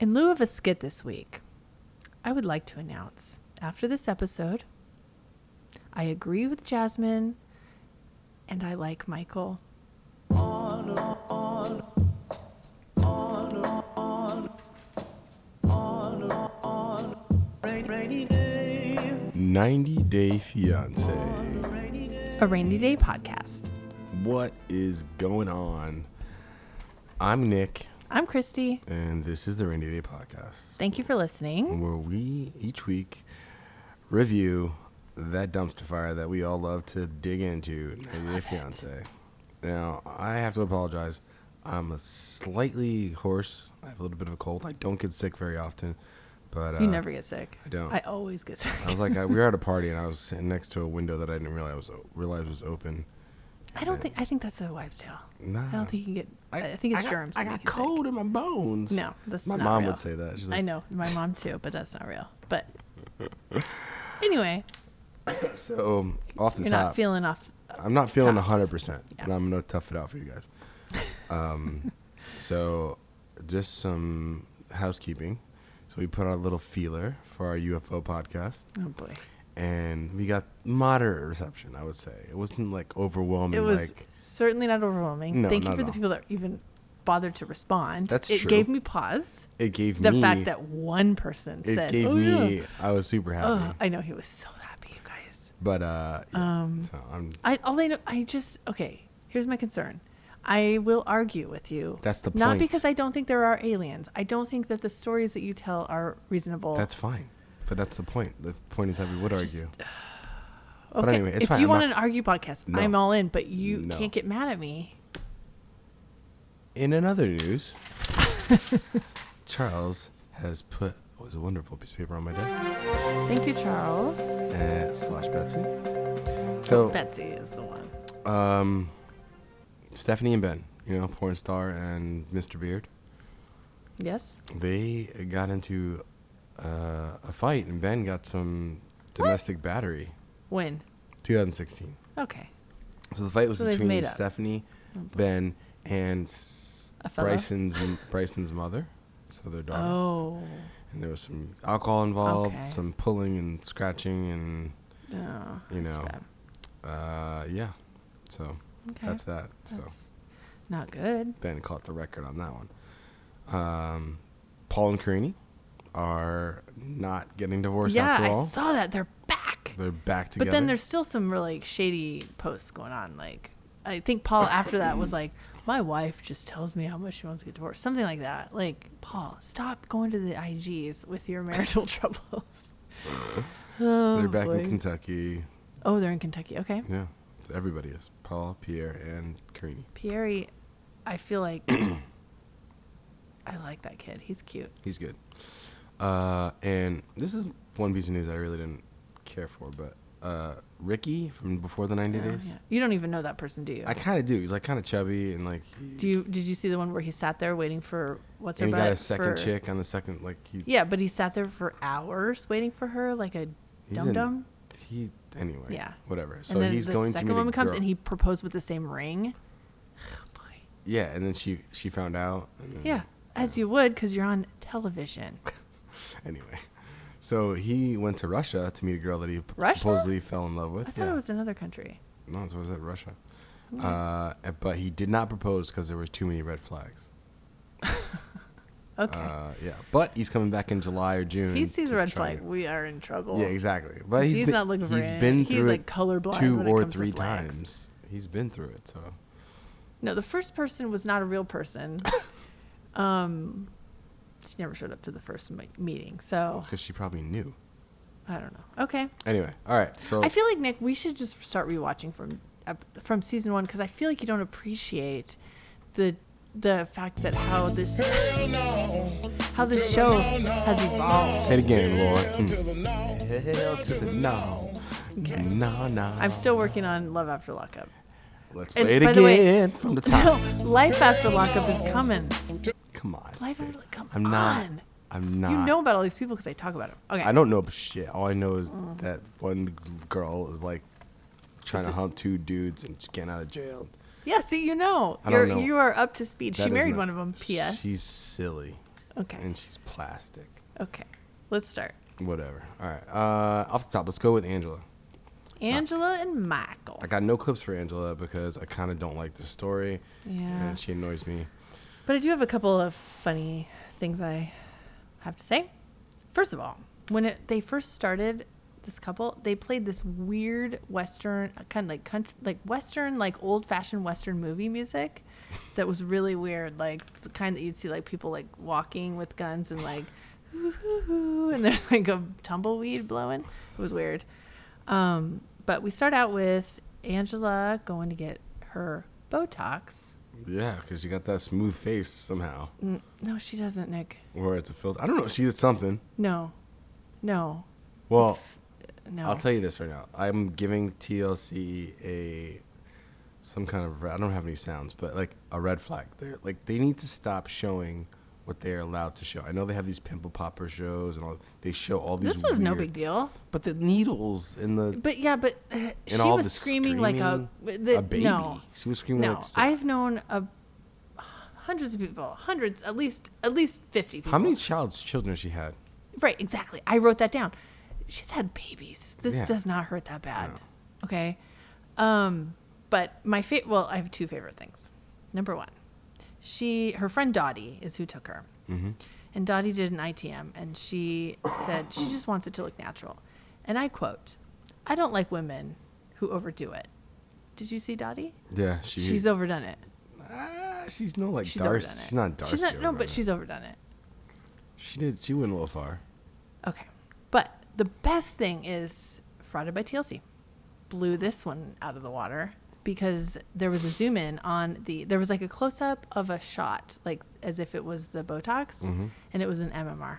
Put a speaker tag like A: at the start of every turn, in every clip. A: In lieu of a skit this week, I would like to announce after this episode, I agree with Jasmine and I like Michael.
B: Ninety Day Fiance.
A: A rainy day podcast.
B: What is going on? I'm Nick,
A: I'm Christy.
B: and this is the Rainy Day Podcast,
A: Thank you for listening.
B: where we each week review that dumpster fire that we all love to dig into, Ninety Day Fiance. Now, I have to apologize. I'm a slightly hoarse. I have a little bit of a cold. I don't get sick very often, but uh,
A: You never get sick.
B: I don't.
A: I always get sick.
B: I was like, I, we were at a party, and I was sitting next to a window that I didn't realize was o- realize was open.
A: I don't think I think that's a wives' tale.
B: Nah.
A: I don't think you can get. I, think it's
B: got-
A: germs.
B: I
A: that
B: got
A: make you sick.
B: cold in my bones.
A: No, that's
B: my
A: not
B: mom
A: real.
B: would say that. She's like,
A: I know my mom too, but that's not real. But anyway,
B: So um, off the
A: you're
B: top,
A: not feeling off.
B: I'm not feeling
A: tops.
B: 100, percent
A: Yeah.
B: but I'm gonna tough it out for you guys. Um, so just some housekeeping. So we put out a little feeler for our UFO podcast,
A: Oh boy,
B: and we got moderate reception. I would say it wasn't like overwhelming.
A: it was
B: like
A: certainly not overwhelming.
B: No,
A: Thank you
B: not
A: for
B: at
A: the
B: all.
A: people that even bothered to respond.
B: That's
A: it
B: true.
A: gave me pause.
B: it gave
A: The
B: me
A: fact that one person
B: it
A: said,
B: gave
A: "Oh
B: me.
A: yeah,"
B: I was super happy,
A: oh, I know he was so happy, you guys.
B: but uh, yeah.
A: Um,
B: so I'm.
A: I all I know, I just okay. Here's my concern. I will argue with you.
B: That's the
A: Not
B: point.
A: because I don't think there are aliens. I don't think that the stories that you tell are reasonable.
B: That's fine, but that's the point. The point is that we would argue.
A: okay.
B: but anyway, it's
A: if
B: fine.
A: you
B: I'm
A: want
B: not-
A: an argue podcast,
B: No.
A: I'm all in. But you
B: No.
A: can't get mad at me.
B: In another news, Charles has put it was a wonderful piece of paper on my desk
A: Thank you, Charles.
B: uh, slash Betsy. So
A: Betsy is the one.
B: um, Stephanie and Ben, you know, porn star and Mr. Beard,
A: Yes.
B: they got into uh, a fight, and Ben got some domestic battery.
A: When?
B: 2016.
A: Okay.
B: So the fight was
A: So they've
B: between
A: made up. Oh,
B: Stephanie, Ben, and s-
A: A fella?
B: Bryson's Bryson's mother, so their daughter.
A: Oh.
B: and there was some alcohol involved,
A: Okay.
B: some pulling and scratching, and
A: Oh,
B: You
A: that's
B: know,
A: bad.
B: uh, yeah. So
A: Okay.
B: that's that. So
A: That's not good.
B: Ben caught the record on that one. Um, Paul and Karini are not getting divorced
A: yeah,
B: after
A: I
B: all.
A: saw that. They're back.
B: They're back together.
A: But then there's still some really shady posts going on. Like, I think Paul after that was like, "My wife just tells me how much she wants to get divorced," something like that. Like, Paul, stop going to the IGs with your marital troubles. oh,
B: They're back
A: boy.
B: in Kentucky.
A: Oh, they're in Kentucky. Okay,
B: Yeah, everybody is. Paul, Pierre, and Karini.
A: Pierre, I feel like I like that kid. He's cute.
B: He's good. Uh, and this is one piece of news I really didn't care for, but uh, Ricky from Before the 90
A: Oh,
B: Days.
A: yeah. You don't even know that person, do you?
B: I kind of do. He's like kind of chubby and like. he-
A: do you? Did you see the one where he sat there waiting for what's
B: and
A: her
B: he got
A: butt
B: a second
A: for-
B: chick on the second like he.
A: Yeah, but he sat there for hours waiting for her, like a
B: he's
A: dum
B: in-
A: dum.
B: He anyway.
A: Yeah.
B: Whatever. So
A: and then
B: he's
A: the
B: going to
A: second
B: meet a
A: woman comes
B: girl-
A: and he proposed with the same ring. Boy.
B: Yeah, and then she she found out. And then,
A: Yeah, as you would, because you're on television.
B: Anyway, so he went to Russia to meet a girl that he p-
A: Russia?
B: supposedly fell in love with.
A: I thought
B: yeah.
A: it was another country.
B: No, so was at Russia. Uh, and- but he did not propose because there was too many red flags.
A: Okay.
B: Uh, yeah, but he's coming back in July or June.
A: he sees
B: to
A: a red
B: try
A: flag.
B: to-
A: We are in trouble.
B: Yeah, exactly. But
A: He's
B: he's been,
A: not looking for
B: he's
A: it.
B: been
A: He's,
B: through
A: like,
B: it
A: colorblind
B: two
A: when it
B: or
A: comes to
B: three
A: flags.
B: times. He's been through it, so
A: No, the first person was not a real person. um, she never showed up to the first me- meeting, so
B: because she probably knew.
A: I don't know. Okay.
B: Anyway, all right. So
A: I feel like Nick, we should just start rewatching from ep- from season one because I feel like you don't appreciate the the fact that how this how this show has evolved.
B: say it again, Lord. Hell to the no,
A: Okay.
B: no, no.
A: I'm still working on Love After Lockup.
B: Let's
A: and
B: play it
A: by the way-
B: again from the
A: No,
B: top.
A: Life After Lockup is coming.
B: Come on.
A: Life After
B: dude.
A: Lockup, come
B: I'm not.
A: on.
B: I'm not.
A: You know about all these people because I talk about them. Okay.
B: I don't know shit. All I know is
A: Mm.
B: that one girl is like trying to hump two dudes and she's getting out of jail.
A: Yeah. See, you know.
B: I don't
A: You're,
B: know.
A: You are up to speed.
B: That
A: she
B: is
A: married
B: not-
A: one of them. P.S.
B: She's silly.
A: Okay.
B: and she's plastic.
A: Okay. Let's start.
B: Whatever. All right. Uh, off the top, let's go with Angela.
A: Angela and Michael.
B: I got no clips for Angela because I kind of don't like the story.
A: Yeah.
B: And she annoys me.
A: But I do have a couple of funny things I have to say. First of all, when it, they first started this couple, they played this weird western kind of like country, like western like old-fashioned western movie music that was really weird, like the kind that you'd see like people like walking with guns and like "Ooh," and there's like a tumbleweed blowing. It was weird. Um, but we start out with Angela going to get her Botox.
B: Yeah, because you got that smooth face somehow,
A: N- No, she doesn't, Nick.
B: or it's a filter. I don't know. She did something.
A: No, no,
B: Well,
A: no.
B: I'll tell you this right now. I'm giving TLC a some kind of re- I don't have any sounds, but like a red flag. They're like they need to stop showing what they are allowed to show. I know they have these pimple popper shows and all. They show all these.
A: this was no
B: weird-
A: big deal.
B: But the needles and the
A: But yeah, but uh, she
B: all the
A: was screaming, like a,
B: screaming,
A: the,
B: a baby.
A: No,
B: She was screaming
A: No,
B: like-
A: I've known a, hundreds of people, hundreds, at least at least fifty people.
B: how many child's children she had?
A: Right, exactly. I wrote that down. She's had babies. This
B: Yeah.
A: does not hurt that bad.
B: No.
A: Okay. Um, but my favorite, well, I have two favorite things. Number one, she, her friend Dottie is who took her.
B: Mm.
A: Mm-hmm. And Dottie did an ITM and she said she just wants it to look natural. And I quote, I don't like women who overdo it. Did you see Dottie?
B: Yeah, she.
A: She's overdone it.
B: Ah, she's no like
A: She's
B: Darcy.
A: overdone it.
B: She's not Darcy.
A: She's not, no,
B: O'Rourke.
A: but she's overdone it.
B: She did. She went a little far.
A: Okay. But the best thing is Frauded by TLC blew this one out of the water because there was a zoom in on the there was like a close up of a shot like as if it was the Botox
B: Mm-hmm.
A: and it was an MMR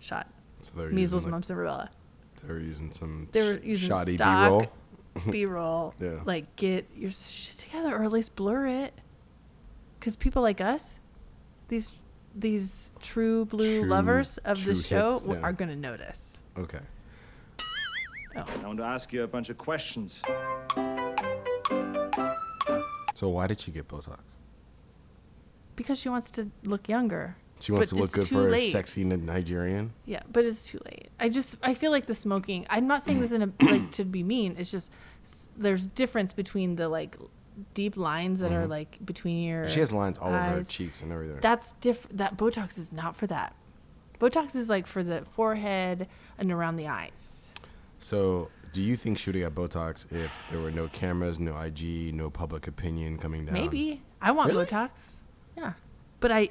A: shot.
B: So they're
A: Measles,
B: using, like,
A: mumps and rubella.
B: They were using some.
A: They were
B: sh-
A: using
B: shoddy
A: stock
B: B-roll.
A: B-roll.
B: Yeah.
A: Like get your shit together or at least blur it. Cuz people like us these these true blue
B: True-
A: lovers of the
B: true
A: show
B: hits, yeah.
A: are going to notice.
B: Okay.
A: Oh.
C: I want to ask you a bunch of questions.
B: So why did she get Botox?
A: because she wants to look younger.
B: She wants
A: But
B: to look
A: it's
B: good
A: too
B: for
A: late.
B: a sexy Ni- Nigerian.
A: Yeah, but it's too late. I just I feel like the smoking. I'm not saying this in a like to be mean. It's just s- there's difference between the like deep lines that are like between your.
B: Mm-hmm. She has lines all over her
A: eyes.
B: cheeks and everything.
A: That's different. That Botox is not for that. Botox is like for the forehead and around the eyes.
B: so, do you think she would have got Botox if there were no cameras, no IG, no public opinion coming down?
A: Maybe I want
B: Really?
A: Botox. Yeah, but I.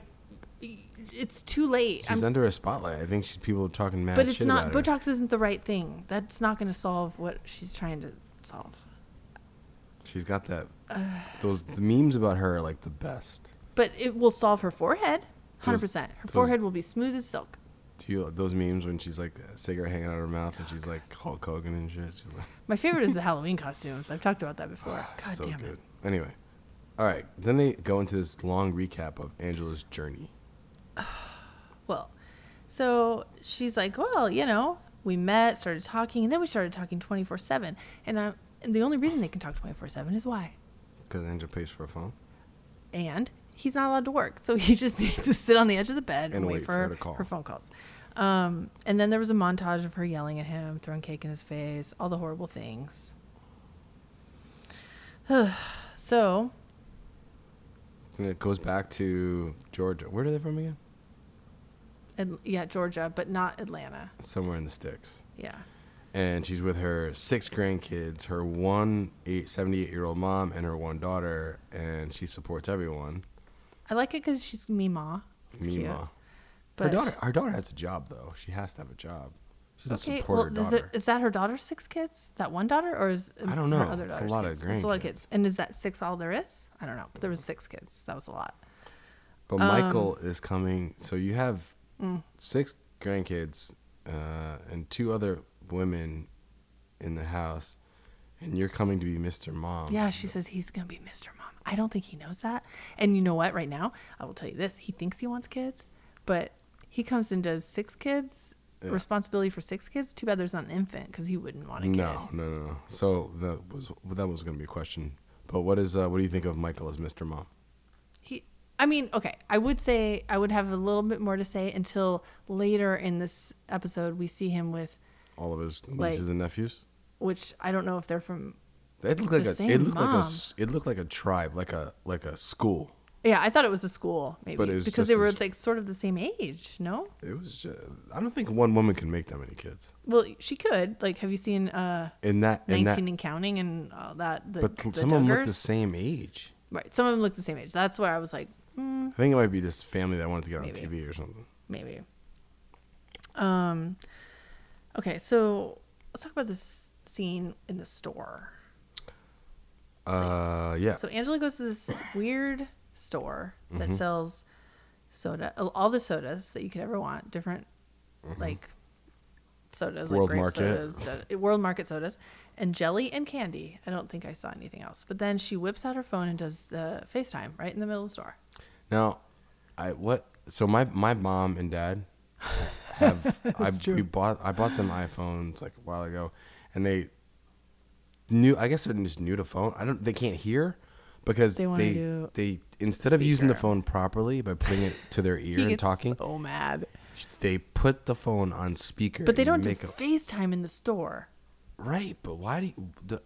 A: It's too late.
B: She's
A: I'm s-
B: under a spotlight. I think she's people talking mad
A: But it's
B: shit
A: not
B: about her.
A: Botox isn't the right thing. That's not going to solve what she's trying to solve.
B: She's got that. Those the memes about her are like the best.
A: But it will solve her forehead. 100%.
B: Those-
A: her
B: those-
A: forehead will be smooth as silk.
B: Do you those memes when she's like a cigarette hanging out of her mouth and she's like Hulk Hogan and shit? She's like, "Ah,
A: My favorite is the Halloween costumes. I've talked about that before. God
B: so
A: damn
B: good.
A: it.
B: Anyway, all right. Then they go into this long recap of Angela's journey.
A: Well, so she's like, well, you know, we met, started talking, and then we started talking 24 7. And I'm, and the only reason they can talk 24 7 is why.
B: Because Angela pays for a phone.
A: and he's not allowed to work. So he just needs to sit on the edge of the bed and, wait, for, her,
B: to call.
A: phone calls. Um, and then there was a montage of her yelling at him, throwing cake in his face, all the horrible things. so,
B: And it goes back to Georgia. Where are they from again?
A: and, yeah, Georgia, but not Atlanta.
B: Somewhere in the sticks.
A: Yeah.
B: And she's with her six grandkids, her one eight, 78 year old mom, and her one daughter. And she supports everyone.
A: I like it because she's Mima. It's cute.
B: Mima.
A: But
B: her daughter.
A: she's-
B: Her daughter has a job though. She has to have a job. She's doesn't
A: okay,
B: support
A: well,
B: her
A: is,
B: daughter.
A: it, is that her daughter's six kids? That one daughter, or is
B: I don't
A: her
B: know.
A: other
B: It's a
A: daughter's
B: lot
A: kids?
B: of
A: That's a lot of
B: grandkids.
A: kids. And is that six all there is? I don't know. But there was six kids. That was a lot.
B: But
A: um,
B: Michael is coming. So you have
A: Mm.
B: six grandkids uh, and two other women in the house, and you're coming to be Mr. Mom.
A: Yeah, she says he's going to be Mr. Mom. I don't think he knows that. And you know what? Right now, I will tell you this. He thinks he wants kids, but he comes and does six kids,
B: Yeah.
A: responsibility for six kids. Too bad there's not an infant because he wouldn't want a kid.
B: No, no, no, no. So that was that was going to be a question. But what is uh, what do you think of Michael as Mr. Mom?
A: He, I mean, okay, I would say I would have a little bit more to say until later in this episode we see him with,
B: All of his
A: Like-
B: nieces and nephews.
A: which I don't know if they're from.
B: It looked
A: The
B: like a
A: same
B: it looked like a
A: mom.
B: s- it looked like a tribe, like a like a school.
A: Yeah, I thought it was a school maybe
B: But it was
A: because
B: just
A: they were
B: his-
A: like sort of the same age. No,
B: It was just, I don't think one woman can make that many kids.
A: well, she could. Like, have you seen uh,
B: In that in that
A: nineteen and counting and all that? The,
B: but
A: the
B: some of them look the
A: Duggars?
B: same age.
A: Right, some of them look the same age. That's where I was like,
B: I think it might be this family that wanted to get on
A: Mm-hmm. Maybe.
B: TV or something.
A: maybe. Um, okay, so let's talk about this scene in the store.
B: Uh, yeah. Mm-hmm.
A: So Angela goes to this weird store that sells soda, uh, all the sodas that you could ever want, different like sodas,
B: Mm-hmm.
A: like
B: World
A: grape
B: Market.
A: sodas, soda- world market sodas, and jelly and candy. I don't think I saw anything else. But then she whips out her phone and does the FaceTime right in the middle of the store.
B: Now, I what? So my my mom and dad have I we bought I bought them iPhones like a while ago, and they knew I guess they're just new to phone. I don't they can't hear because
A: They
B: they
A: wanna
B: they,
A: do
B: instead of using the
A: speaker.
B: phone proproperly by putting it to their ear and talking,
A: so mad.
B: they put the phone on speaker.
A: But they don't
B: and
A: do
B: make a,
A: FaceTime in the store.
B: right. But why do you? The,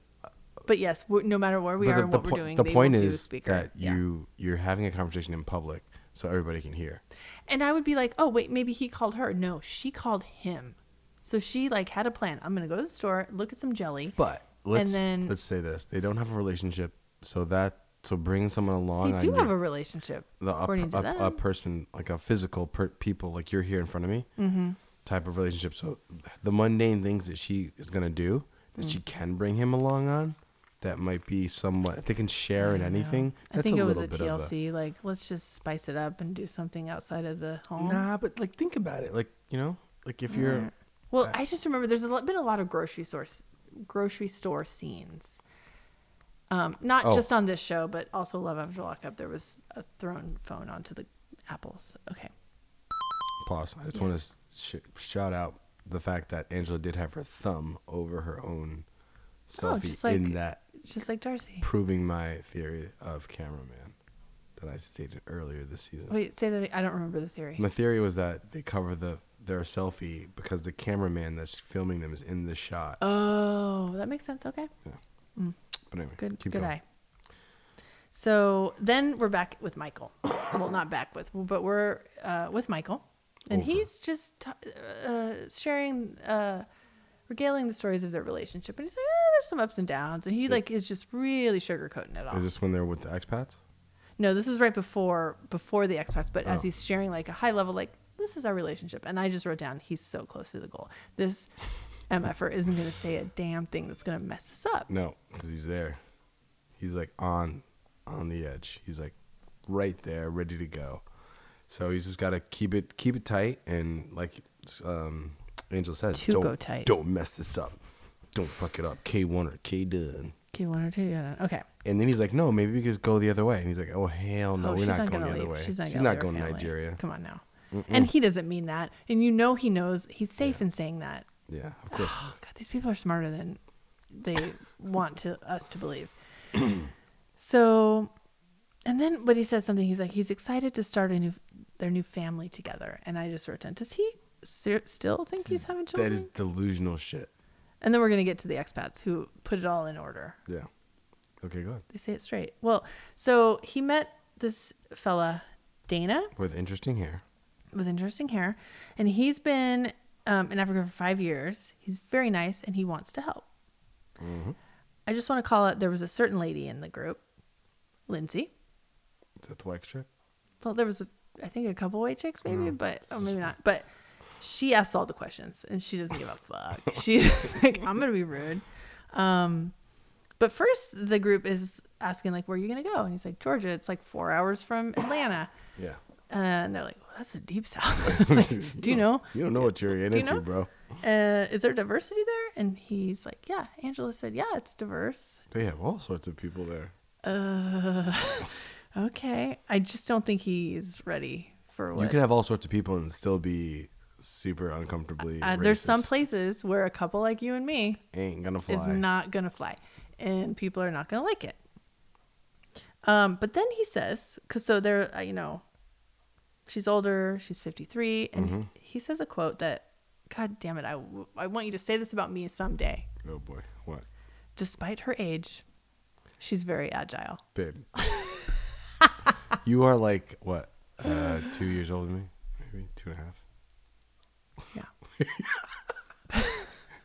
A: But yes, we no matter where we
B: but
A: are
B: the,
A: and
B: the
A: what
B: po-
A: we're doing,
B: the
A: they
B: point
A: will do
B: is
A: speaker.
B: that
A: Yeah.
B: you you're having a conversation in public so everybody can hear.
A: And I would be like, oh, wait, maybe he called her. No, she called him. So she like had a plan. I'm gonna go to the store, look at some jelly.
B: But let's
A: then-
B: let's say this: they don't have a relationship, so that so bringing someone along.
A: they
B: I
A: do
B: need
A: have a relationship,
B: the a,
A: according to
B: a-
A: them.
B: a person like a physical per, people like you're here in front of me
A: Mm-hmm.
B: type of relationship. So the mundane things that she is gonna do that
A: Mm.
B: she can bring him along on. That might be somewhat. They can share in anything.
A: I think it was a
B: bit of
A: TLC. Like, let's just spice it up and do something outside of the home.
B: Nah, but like think about it. Like you know, like if you're
A: Well, I just remember there's a lot, been a lot of grocery store grocery store scenes. Um, not
B: Oh.
A: just on this show, but also Love After Lockup. There was a thrown phone onto the apples. Okay,
B: pause. I just want to sh- shout out the fact that Angela did have her thumb over her own selfie
A: Oh, just like-
B: in that,
A: just like Darcy.
B: proving my theory of cameraman that I stated earlier this season.
A: Wait, say that I don't remember the theory.
B: My theory was that they cover the their selfie because the cameraman that's filming them is in the shot.
A: Oh, that makes sense. Okay.
B: but anyway,
A: Good
B: keep
A: good
B: going.
A: eye. So then we're back with Michael. Well, not back with, but we're uh, with Michael, and
B: Over.
A: he's just t- uh, sharing, uh, regaling the stories of their relationship, and he's like, "Eh, "There's some ups and downs," and he like is just really sugarcoating it all.
B: Is this when they're with the expats?
A: No, this was right before before the expats, but as
B: Oh.
A: he's sharing like a high level, like this is our relationship, and I just wrote down he's so close to the goal. This mf'er isn't going to say a damn thing that's going to mess us up.
B: No, because he's there. He's like on on the edge. He's like right there, ready to go. So he's just got to keep it keep it tight and like um, Angel says,
A: To
B: don't
A: go tight."
B: Don't mess this up. Don't fuck it up. K one or K done.
A: Okay, one or two. yeah, Okay.
B: And then he's like, no, maybe we just go the other way. And he's like, oh hell no,
A: oh,
B: we're
A: she's
B: not,
A: not,
B: going
A: gonna
B: the other
A: leave.
B: way.
A: She's not,
B: she's
A: gonna
B: not
A: leave her
B: going to
A: family.
B: Nigeria.
A: Come on now. And he doesn't mean that, and you know he knows. He's safe in saying that.
B: Yeah, of course.
A: Oh, God, these people are smarter than they want to us to believe. so, and then, but he says something. He's like, he's excited to start a new their new family together. And I just wrote down, does he ser- still think he's having children?
B: that is delusional shit.
A: and then we're gonna get to the expats who put it all in order.
B: Yeah. Okay, go ahead.
A: They say it straight. Well, so he met this fella, Dana.
B: With interesting hair.
A: with interesting hair, and he's been um, in Africa for five years. He's very nice, and he wants to help. I just want to call it. There was a certain lady in the group, Lindsay.
B: Is that the white chick?
A: Well, there was a, I think a couple white chicks maybe, but oh maybe not. But she asks all the questions, and she doesn't give a fuck. She's like, I'm gonna be rude. Um, but first, the group is asking like, where are you gonna go? And he's like, Georgia. It's like four hours from Atlanta. Uh,
B: Yeah.
A: And they're like, well, that's the deep south. Like, do you know?
B: You don't know what you're
A: you
B: into,
A: know?
B: bro.
A: uh, is there diversity there? And he's like, yeah. Angela said, yeah, it's diverse.
B: They have all sorts of people there.
A: Uh, okay. I just don't think he's ready for what.
B: You can have all sorts of people and still be super uncomfortably.
A: uh, there's some
B: racist.
A: places where a couple like you and me
B: ain't gonna fly.
A: is not going to fly and people are not going to like it. Um, but then he says, because so they're, uh, you know, she's older, she's 53, and
B: Mm-hmm.
A: he says a quote that, God damn it, I, w- I want you to say this about me someday.
B: Oh boy, what,
A: Despite her age, she's very agile.
B: babe? you are like what, uh, two years older than me? Maybe two and a half.
A: Yeah.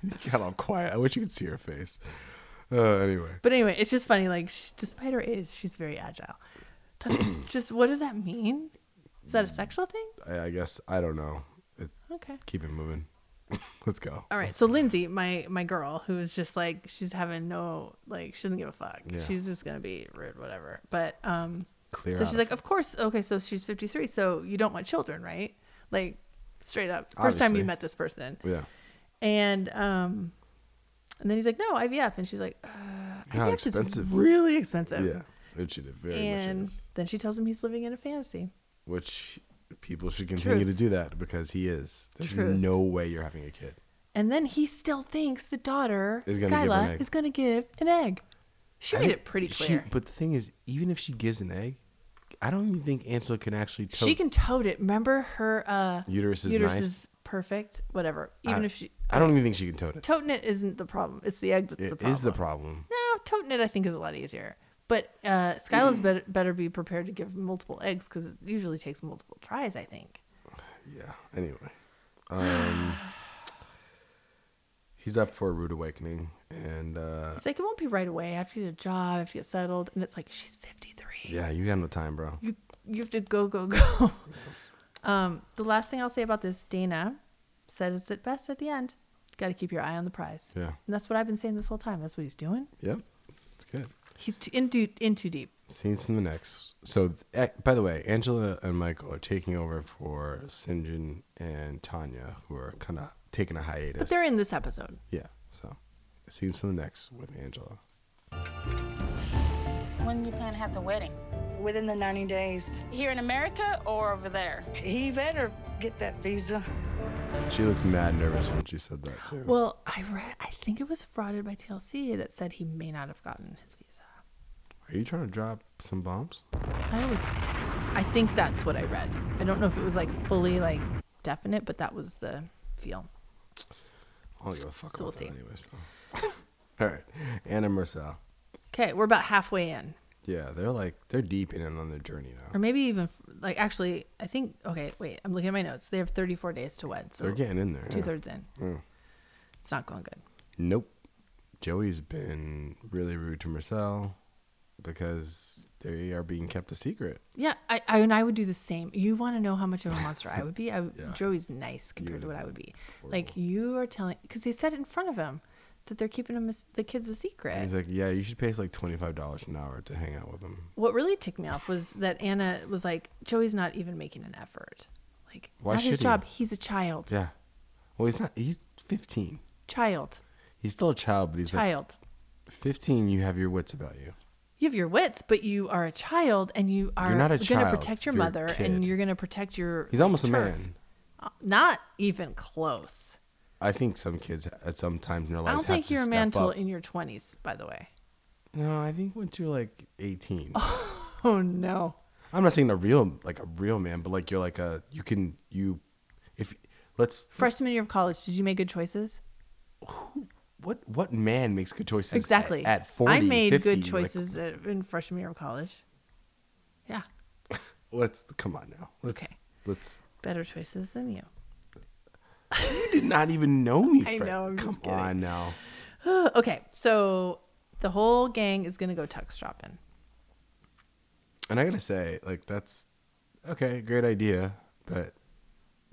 B: You got all quiet. I wish you could see her face. Uh, anyway,
A: But anyway, it's just funny. Like, sh despite her age, she's very agile. That's just, what does that mean? Is that a sexual thing?
B: I, I guess I don't know. It's,
A: Okay.
B: keep it moving. Let's go.
A: All right, so Lindsay, my my girl, who is just like she's having no like she doesn't give a fuck.
B: Yeah.
A: She's just gonna be rude, whatever. But um,
B: Clear.
A: so
B: out
A: she's
B: of-
A: like, of course, okay. So she's fifty three. So you don't want children, right? Like straight up, first time
B: Obviously.
A: you met this person,
B: yeah.
A: and um, and then he's like, no IVF, and she's like, uh,
B: How
A: IVF is
B: expensive.
A: really expensive.
B: Yeah, it should have very much
A: and
B: is.
A: then she tells him he's living in a fantasy.
B: Which people should continue
A: Truth.
B: to do that because he is. There's
A: Truth.
B: no way you're having a kid.
A: And then he still thinks the daughter
B: Is gonna give an
A: Skyla
B: egg.
A: is gonna give an egg. She
B: I
A: made
B: think
A: it pretty
B: she-
A: clear.
B: but the thing is, even if she gives an egg, I don't even think Angela can actually. Tote.
A: She can tote it. Remember her uh,
B: Uterus is nice.
A: perfect. Whatever. Even
B: I-
A: if she
B: I don't even think she can tote it.
A: toting it isn't the problem. It's the egg that's
B: It
A: the problem.
B: is the problem.
A: No, toting it I think is a lot easier. But uh,
B: Mm.
A: Skyla's better, better be prepared to give multiple eggs because it usually takes multiple tries. I think.
B: Yeah. Anyway, um, he's up for a rude awakening, and uh,
A: It's like it won't be right away. I have to get a job. I have to get settled, and it's like she's fifty three.
B: yeah, you got no time, bro.
A: You you have to go go go. um, the last thing I'll say about this, Dana, says it best at the end. Got to keep your eye on the prize.
B: Yeah.
A: And that's what I've been saying this whole time. That's what he's doing.
B: Yep. It's good.
A: He's too, in, too, in too deep.
B: Scenes from the next. So, eh, by the way, Angela and Michael are taking over for Sinjin and Tanya, who are kind of taking a hiatus.
A: But they're in this episode.
B: Yeah. So, scenes from the next with Angela.
D: When you plan to have the wedding?
E: Within the 90 days,
D: Here in America or over there?
E: he better get that visa.
B: She looks mad nervous when she said that too.
A: Well, I read, I think it was frauded by TLC that said he may not have gotten his visa.
B: are you trying to drop some bombs?
A: I was, I think that's what I read. I don't know if it was like fully like definite, but that was the feel.
B: I don't give a fuck
A: So we'll
B: about
A: see.
B: that anyway. So. All right, Anna Marcel.
A: Okay, we're about halfway in,
B: Yeah, they're like they're deep in and on their journey now.
A: or maybe even f- like actually, I think. Okay, wait, I'm looking at my notes. They have 34 days to wed, so
B: They're getting in there.
A: two
B: yeah. Mm.
A: thirds in. It's not going good.
B: Nope. Joey's been really rude to Marcel because they are being kept a secret.
A: Yeah, I, I and I would do the same. You want to know how much of a monster I would be? I would
B: Yeah.
A: Joey's nice compared to what I would be. Like you are telling because they said it in front of him that they're keeping him as- the kids a secret.
B: And he's like, "Yeah, you should pay us like twenty five dollars an hour to hang out with him."
A: what really ticked me off was that Anna was like, Joey's not even making an effort. Like
B: Why
A: not his
B: should he?
A: job. He's a child.
B: Yeah. Well, he's not. He's fifteen.
A: Child.
B: He's still a child, but he's
A: Child.
B: like fifteen. You have your wits about you.
A: you have your wits, but you are a child, and you are
B: not a
A: going to
B: child.
A: protect your
B: You're a
A: mother,
B: kid.
A: and you're going to protect your.
B: He's almost a
A: turf.
B: man.
A: Uh, Not even close.
B: I think some kids at some times in their lives.
A: I don't
B: have
A: think
B: to
A: you're a
B: step
A: man till e-,
B: up.
A: in your twenties. By the way.
B: No, I think once you're like 18.
A: Oh no.
B: I'm not saying a real like a real man, but like you're like a you can you if let's
A: Freshman year of college, did you make good choices?
B: what what man makes good choices at-
A: Exactly.
B: at, 40
A: I made
B: 50,
A: good
B: like,
A: choices uh in freshman year of college. Yeah,
B: let's come on now. Let's
A: Okay.
B: let's
A: better choices than you.
B: you did not even know me.
A: I
B: Fred.
A: know, I'm just
B: come
A: kidding.
B: on now.
A: okay, so the whole gang is gonna go tuck shopping.
B: And I gotta say, like that's okay, great idea, but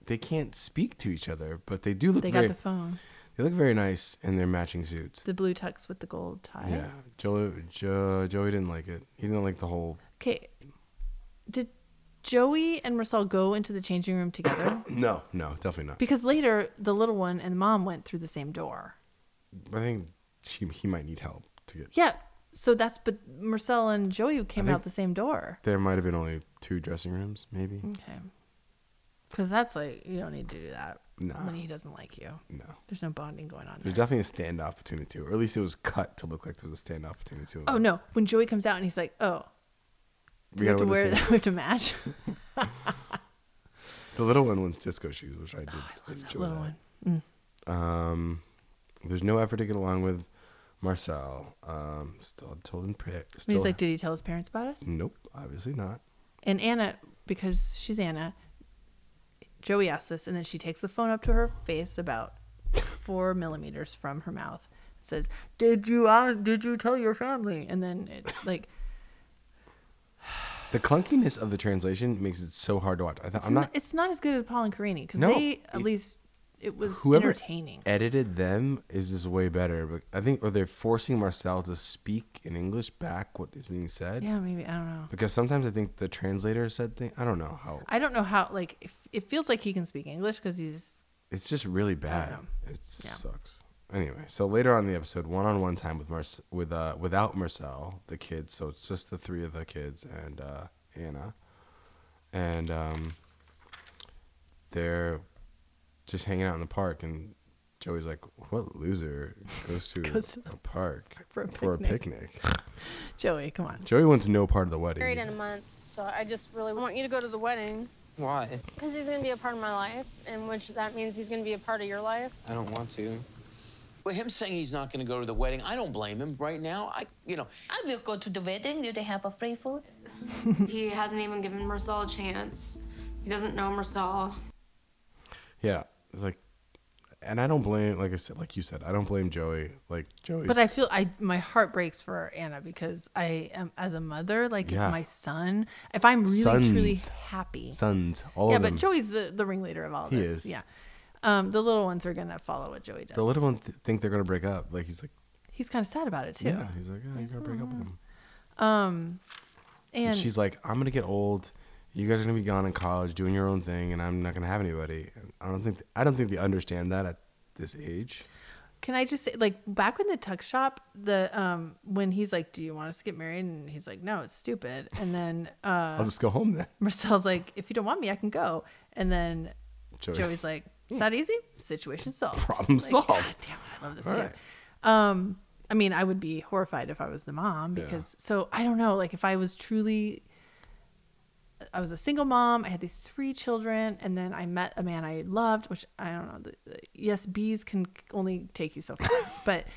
B: they can't speak to each other, but they do look.
A: They
B: very,
A: got the phone,
B: They look very nice in their matching suits.
A: the blue tux with the gold tie.
B: yeah, Joey, Joe, Joey didn't like it. He didn't like the whole
A: Okay, did Joey and Marcel go into the changing room together?
B: No, no, definitely not.
A: because later the little one and mom went through the same door.
B: I think she, he might need help to get.
A: Yeah, so that's but Marcel and Joey came
B: think-
A: out the same door.
B: There might have been only two dressing rooms, maybe.
A: Okay. Because that's like, you don't need to do that
B: Nah.
A: when he doesn't like you.
B: No,
A: There's no bonding going on
B: there's
A: there.
B: definitely a standoff between the two, or at least it was cut to look like there was a standoff between the two. Of
A: oh,
B: them.
A: no. When Joey comes out and he's like, oh, We, have
B: gotta
A: to
B: wear
A: wear
B: the
A: that.
B: same-
A: We have to match.
B: The little one wants disco shoes, which I
A: Oh,
B: did enjoy.
A: Little
B: that.
A: one. Mm.
B: Um, there's no effort to get along with Marcel. Um, still told in prayer. Still, Mm.
A: He's like, did he tell his parents about us?
B: nope, obviously not.
A: And Anna, because she's Anna, Joey asks this, and then she takes the phone up to her face about four millimeters from her mouth. and Says, "Did you uh, did you tell your family?" And then it like
B: The clunkiness of the translation makes it so hard to watch. I thought
A: it's,
B: I'm
A: not,
B: not.
A: it's not as good as Paul and Carini because
B: No,
A: they at
B: it-
A: least it was
B: whoever
A: entertaining.
B: edited them is just way better. But I think, or they're forcing Marcel to speak in English back what is being said.
A: Yeah, maybe I don't know.
B: Because sometimes I think the translator said thing. I don't know how.
A: I don't know how. Like, if, it feels like he can speak English because he's
B: It's just really bad.
A: know.
B: It just
A: Yeah.
B: sucks. Anyway, so later on in the episode, one-on-one time with Marce- with uh, without Marcel, the kids. So it's just the three of the kids and uh, Anna, and um, they're just hanging out in the park. And Joey's like, "What loser goes to
A: Goes to
B: a park
A: for a
B: for a picnic?"
A: Joey. Come on.
B: Joey wants no part of the wedding.
F: married in a month, so I just really want you to go to the wedding
G: Why?
F: because he's going to be a part of my life, and which that means he's going to be a part of your life.
G: I don't want to. Well, him saying he's not going to go to the wedding, I don't blame him. Right now, I, you know,
H: I will go to the wedding. Do they have a free food?
F: he hasn't even given Marcel a chance. He doesn't know Marcel.
B: Yeah, it's like, and I don't blame. Like I said, like you said, I don't blame Joey. Like Joey.
A: But I feel I my heart breaks for Anna because I am as a mother. Like,
B: Yeah.
A: if my son, if I'm really truly
B: Sons.
A: happy,
B: sons. All
A: yeah.
B: of them.
A: But Joey's the the ringleader of all
B: He
A: this.
B: is.
A: Yeah. Um, the little ones are gonna follow what Joey does.
B: The little one th- think they're gonna break up. Like he's like,
A: He's kind of sad about it too.
B: yeah. He's like, yeah, you gotta break up with him.
A: And
B: And she's like, I'm gonna get old. You guys are gonna be gone in college, doing your own thing, and I'm not gonna have anybody. And I don't think I don't think they understand that at this age.
A: Can I just say, like, back in the tuck shop, the um, when he's like, "Do you want us to get married?" and he's like, "No, it's stupid." And then uh,
B: I'll just go home then.
A: Marcel's like, "If you don't want me, I can go." And then
B: Joey.
A: Joey's like, "Is that easy? Situation solved.
B: Problem
A: Like,
B: solved.
A: God damn it, I love this
B: All
A: kid.
B: right.
A: Um, I mean, I would be horrified if I was the mom
B: Yeah.
A: because so I don't know, like if I was truly I was a single mom, I had these three children, and then I met a man I loved, which I don't know. the- the- Yes, bees can only take you so far, but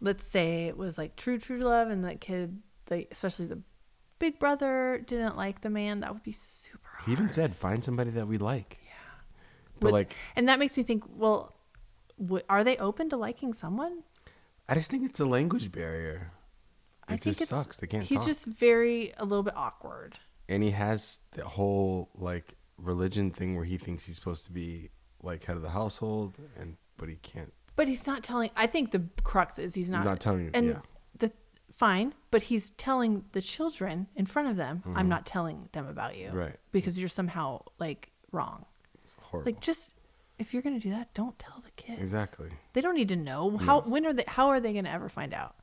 A: let's say it was like true, true love, and that kid, like especially the big brother, didn't like the man. That would be super hard.
B: He even said, find somebody that we like. Yeah. But
A: Would-
B: like,
A: and that makes me think well w- are they open to liking someone
B: I just think it's a language barrier. It
A: i think
B: just sucks. They can't
A: he's
B: talk.
A: just very a little bit awkward
B: and he has the whole like religion thing where he thinks he's supposed to be like head of the household, and but he can't.
A: but he's not telling i think the crux is he's not
B: Not telling you,
A: and
B: yeah.
A: the fine but he's telling the children in front of them i'm not telling them about you
B: Mm-hmm. Right.
A: because you're somehow like wrong
B: It's horrible.
A: like just if you're gonna do that don't tell the kids
B: Exactly.
A: they don't need to know how when are they how are they gonna ever find out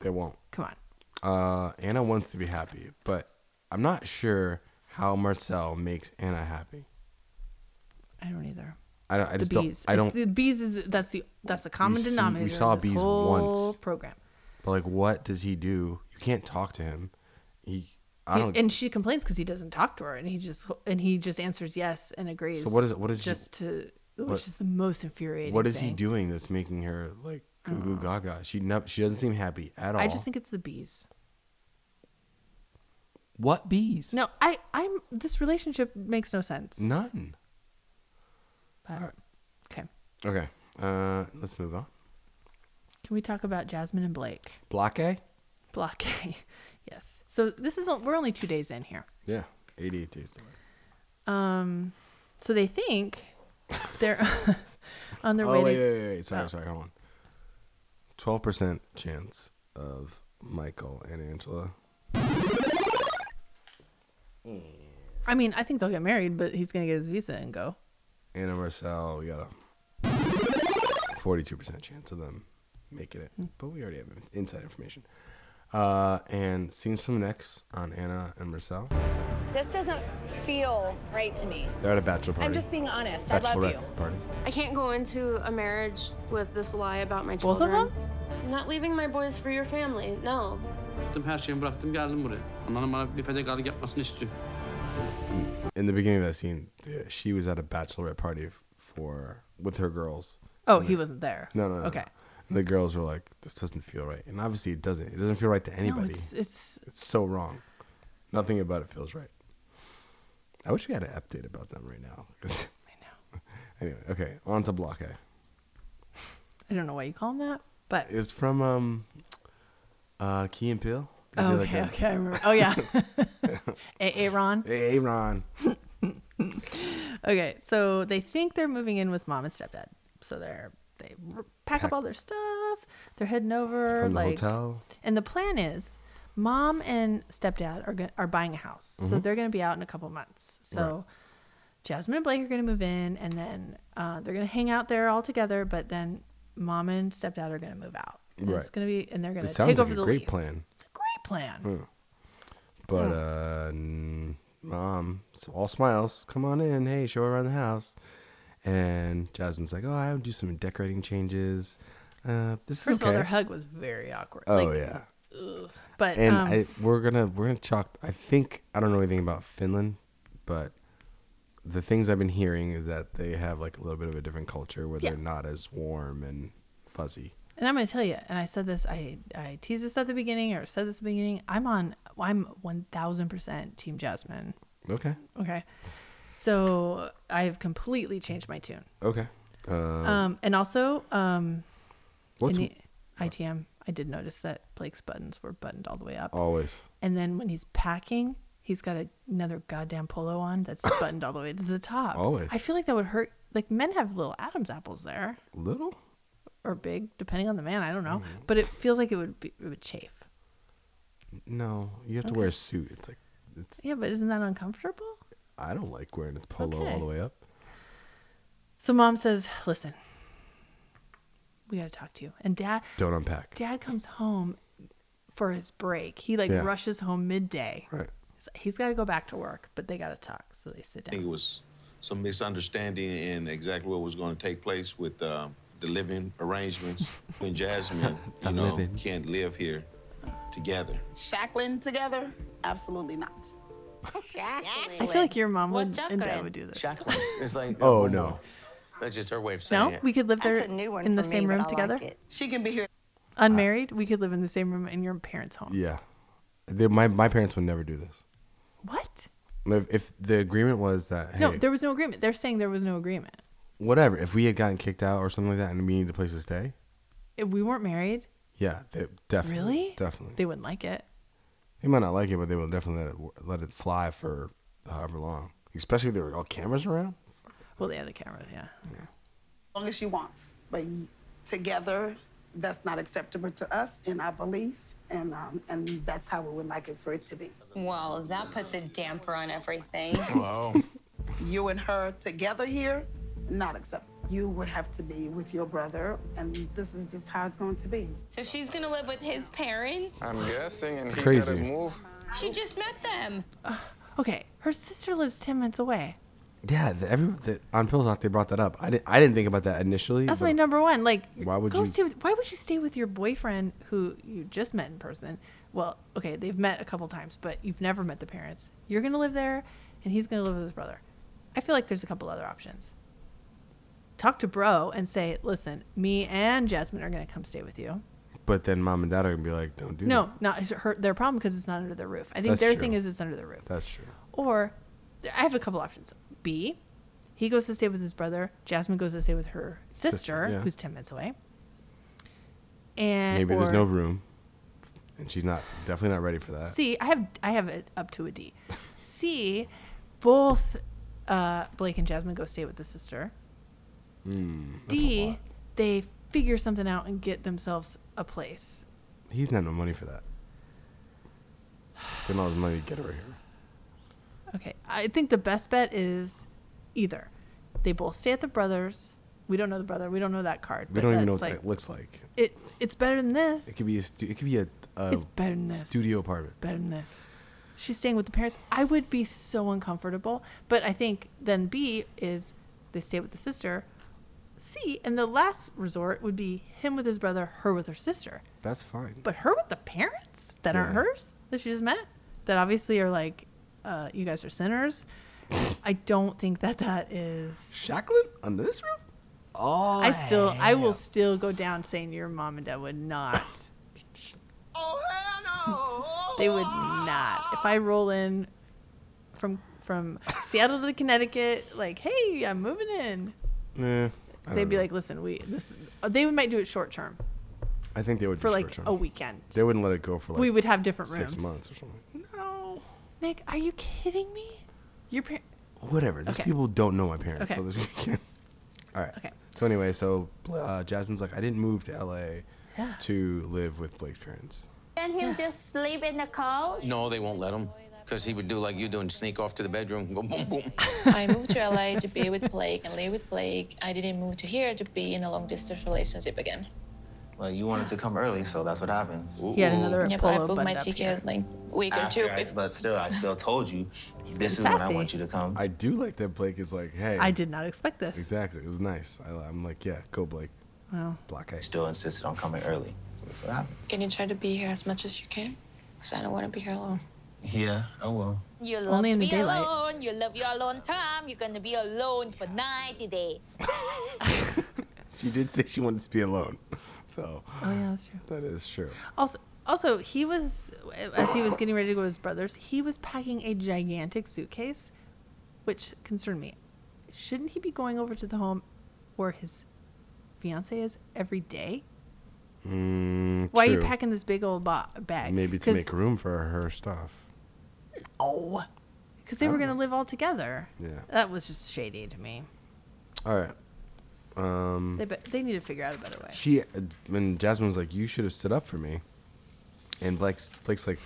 B: They won't.
A: come on
B: Uh, Anna wants to be happy, but I'm not sure how Marcel makes Anna happy.
A: i don't either
B: I don't. I
A: the
B: just
A: bees.
B: don't. I don't.
A: It's- the bees is that's the that's the common
B: see- we
A: denominator. We
B: saw
A: saw
B: bees
A: bees whole
B: once.
A: Program.
B: but like, what does he do? You can't talk to him. He. I
A: He-
B: don't.
A: and she complains because he doesn't talk to her, and he just and he just answers yes and agrees.
B: So what is it- what is he-
A: just to
B: what-
A: which is the most infuriating.
B: what is he
A: thing.
B: doing that's making her like goo goo gaga? She never. She doesn't seem happy at all.
A: I just think it's the bees.
B: what bees?
A: No, I I'm this relationship makes no sense.
B: None.
A: But- okay.
B: Okay. Uh, let's move on.
A: Can we talk about Jasmine and Blake?
B: Block A.
A: Block A. yes. So this is we're only two days in here.
B: Yeah. 88 days away.
A: Um, so they think they're on their
B: Oh
A: way
B: wait,
A: to
B: wait, wait, wait. Sorry,
A: Oh.
B: sorry. Hold on. Twelve percent chance of Michael and Angela.
A: I mean, I think they'll get married, but he's gonna get his visa and go.
B: Anna Marcel, we got a forty-two percent chance of them making it, but we already have inside information. Uh, and scenes from next on Anna and Marcel.
I: This doesn't feel right to me.
B: They're at a bachelor party.
I: I'm just being honest. I love
B: Bachelorette
I: you.
B: party.
F: I can't go into a marriage with this lie about my
A: Both of
F: children. Both of them? I'm not leaving my boys for your family. No.
J: Gittim her şeyimi bıraktım geldim buraya. Anneannem bana bir fedakarlık yapmasını istiyor.
B: In the beginning of that scene, the- she was at a bachelorette party f- for with her girls.
A: Oh, he wasn't there.
B: No, no, no.
A: Okay.
B: And the girls were like, "This doesn't feel right," and obviously it doesn't. It doesn't feel right to anybody.
A: No,
B: it's,
A: it's it's
B: so wrong. Nothing about it feels right. I wish we had an update about them right now.
A: I know.
B: anyway, okay, on to Block A.
A: I don't know why you call him that, but
B: It's from um, uh, Key and Peele. They
A: okay,
B: did like a-
A: okay, I remember. Oh yeah, A- Aaron.
B: Hey, Ron.
A: Okay, so they think they're moving in with mom and stepdad. So they're they r- pack,
B: Pack-
A: up all their stuff. They're heading over
B: From the
A: like
B: hotel.
A: And the plan is mom and stepdad are going are buying a house.
B: Mm-hmm.
A: So they're going to be out in a couple months. So Jasmine and Blake are going to move in and then uh, they're going to hang out there all together, but then mom and stepdad are going to move out. And It's
B: Right.
A: going to be and they're going
B: It
A: to
B: sounds
A: take
B: like
A: over
B: a
A: the
B: great
A: lease.
B: plan. Hmm.
A: It's a great plan.
B: But uh, n- mom, so all smiles, come on in. Hey, show her around the house. And Jasmine's like, oh, I would do some decorating changes. Uh, this
A: First
B: is
A: of all,
B: okay.
A: their hug was very awkward.
B: oh
A: like,
B: yeah.
A: But
B: And
A: um,
B: I, we're gonna we're gonna chalk. I think I don't know anything about Finland, but the things I've been hearing is that they have like a little bit of a different culture where
A: Yeah.
B: they're not as warm and fuzzy.
A: And I'm going to tell you, and I said this, I I teased this at the beginning, or said this at the beginning. I'm on, I'm 1,000% Team Jasmine.
B: Okay.
A: Okay, so I have completely changed my tune.
B: Okay.
A: Um, and also, um,
B: Uh, What's
A: in the ITM, I did notice that Blake's buttons were buttoned all the way up,
B: always?
A: and then when he's packing, he's got a, another goddamn polo on that's buttoned all the way to the top.
B: Always.
A: I feel like that would hurt. Like men have little Adam's apples there,
B: Little?
A: or big, depending on the man. I don't know,
B: Mm-hmm.
A: but it feels like it would be, it would chafe.
B: No, you have to wear a suit. It's like it's
A: Yeah, but isn't that uncomfortable?
B: I don't like wearing a polo all
A: Okay.
B: the way up.
A: So mom says, "Listen, we got to talk to you." And dad,
B: Don't unpack.
A: dad comes home for his break. He like
B: Yeah.
A: rushes home midday.
B: Right.
A: So he's got to go back to work, but they got to talk. So they sit down.
J: was some misunderstanding in exactly what was going to take place with um, the living arrangements. When Jasmine,
B: The know, living.
J: can't live here together.
D: Shackling together? Absolutely not.
A: I feel like your mom
H: What
A: would and dad
H: chocolate?
A: would do this.
G: Shackling. It's like.
B: Oh no.
G: That's just her way of saying
A: No,
G: it.
A: we could live there
E: That's a new one
A: in
E: for
A: the
E: me,
A: same
E: but I
A: room
E: like
A: together.
E: it.
D: She can be here.
A: Unmarried, we could live in the same room in your parents' home.
B: Yeah. They, my my parents would never do this.
A: What?
B: If, if the agreement was that hey,
A: No, there was no agreement. They're saying there was no agreement.
B: whatever, if we had gotten kicked out or something like that and we needed a place to stay,
A: If we weren't married,
B: yeah, they definitely
A: really?
B: definitely
A: They wouldn't like it.
B: They might not like it, but they will definitely let it w- let it fly for however long. Especially if there were all cameras around.
A: Well, they have the camera. Yeah.
K: As long as she wants. But y- together, that's not acceptable to us in our belief, and um, and that's how we would like it for it to be.
F: Well, that puts a damper on everything.
K: You and her together here, not acceptable. You would have to be with your brother, and this is just how it's going to be.
F: so she's gonna live with his parents?
J: I'm guessing, and
B: he crazy. gotta
J: move.
F: She just met them.
A: Okay, her sister lives ten minutes away.
B: Yeah, the, every the, on Pillow Talk they brought that up. I didn't I didn't think about that initially.
A: That's
B: but
A: my number one. Like,
B: Why would
A: go
B: you-
A: stay with? Why would you stay with your boyfriend who you just met in person? Well, okay, they've met a couple times, but you've never met the parents. You're gonna live there, and he's gonna live with his brother. I feel like there's a couple other options. Talk to bro and say, listen, me and Jasmine are gonna come stay with you.
B: But then mom and dad are gonna be like, don't do
A: No,
B: that.
A: not her, their problem because it's not under their roof. I think
B: That's
A: their
B: true.
A: thing is it's under the roof.
B: That's true.
A: Or I have a couple options. B, he goes to stay with his brother. Jasmine goes to stay with her sister,
B: yeah.
A: who's 10 minutes away. And
B: Maybe
A: or
B: there's no room, and she's not definitely not ready for that.
A: C, I have I have it up to a D. C, both uh, Blake and Jasmine go stay with the sister. D,
B: Hmm, lot.
A: they figure something out and get themselves a place.
B: He's not no money for that. Spend all his money to get her here.
A: Okay. I think the best bet is either they both stay at the brothers. We don't know the brother. We don't know that card.
B: We
A: but
B: don't even know
A: that's
B: what that looks like.
A: It it's better than this.
B: It could be a stu- it could be a, a
A: It's better than this.
B: studio apartment.
A: better than this. She's staying with the parents. I would be so uncomfortable. But I think then B is they stay with the sister, C, and the last resort would be him with his brother, her with her sister.
B: That's fine.
A: But her with the parents that aren't
B: Yeah.
A: hers that she just met, that obviously are like, uh, you guys are sinners. I don't think that that is.
B: Shacklin on this roof? Oh,
A: I still, I will still go down saying your mom and dad would not. they would not. If I roll in from from Seattle to Connecticut, like, hey, I'm moving in.
B: Yeah. I
A: They'd
B: don't
A: be
B: know.
A: like, listen, we this. They might do it short term
B: I think they would
A: for
B: be
A: like
B: short-term.
A: a weekend.
B: They wouldn't let it go for like
A: we would have different rooms.
B: six months or something. No.
A: Nick, are you kidding me? Your par-
B: Whatever. These
A: Okay.
B: people don't know my parents, so
A: Okay.
B: there's can't. All right. Okay. So anyway, so uh, Jasmine's like, I didn't move to L.A.
I: Yeah.
B: to live with Blake's parents.
I: Can him just sleep in the couch?
G: No, they won't let him. Because he would do like you do and sneak off to the bedroom and go boom, boom.
H: I moved to LA to be with Blake and live with Blake. I didn't move to here to be in a long distance relationship again.
L: Well, you wanted to come early, so that's what happens.
H: He had another Yeah, but I polo booked my buttoned up ticket, here. like, week or
L: After
H: two
L: I- but still, I still told you, this is
A: getting
L: when I
A: sassy.
L: want you to come.
B: I do like that Blake is like, hey.
A: I did not expect this.
B: Exactly. It was nice. I, I'm like, yeah, go Blake.
A: Wow.
B: Block A.
L: Still insisted on coming early. So that's what happened.
H: Can you try to be here as much as you can? Because I don't want to be here alone.
L: Yeah, I will.
M: You love
H: Only
M: to
H: in the
M: be
H: daylight.
M: alone. You love your alone time. You're gonna be alone for 90 days.
B: She did say she wanted to be alone. So.
A: Oh, yeah, that's true.
B: That is true.
A: Also, also, he was as he was getting ready to go to his brother's. He was packing a gigantic suitcase, which concerned me. Shouldn't he be going over to the home where his fiance is every day?
B: Mm,
A: Why are
B: true.
A: you packing this big old bo- bag?
B: Maybe to make room for her stuff.
A: Oh, because they
B: I
A: were
B: don't
A: going to live all together.
B: Yeah.
A: that was just shady to me.
B: All right. Um.
A: They be- they need to figure out a better way.
B: She and Jasmine was like, "You should have stood up for me," and Blake's Blake's like,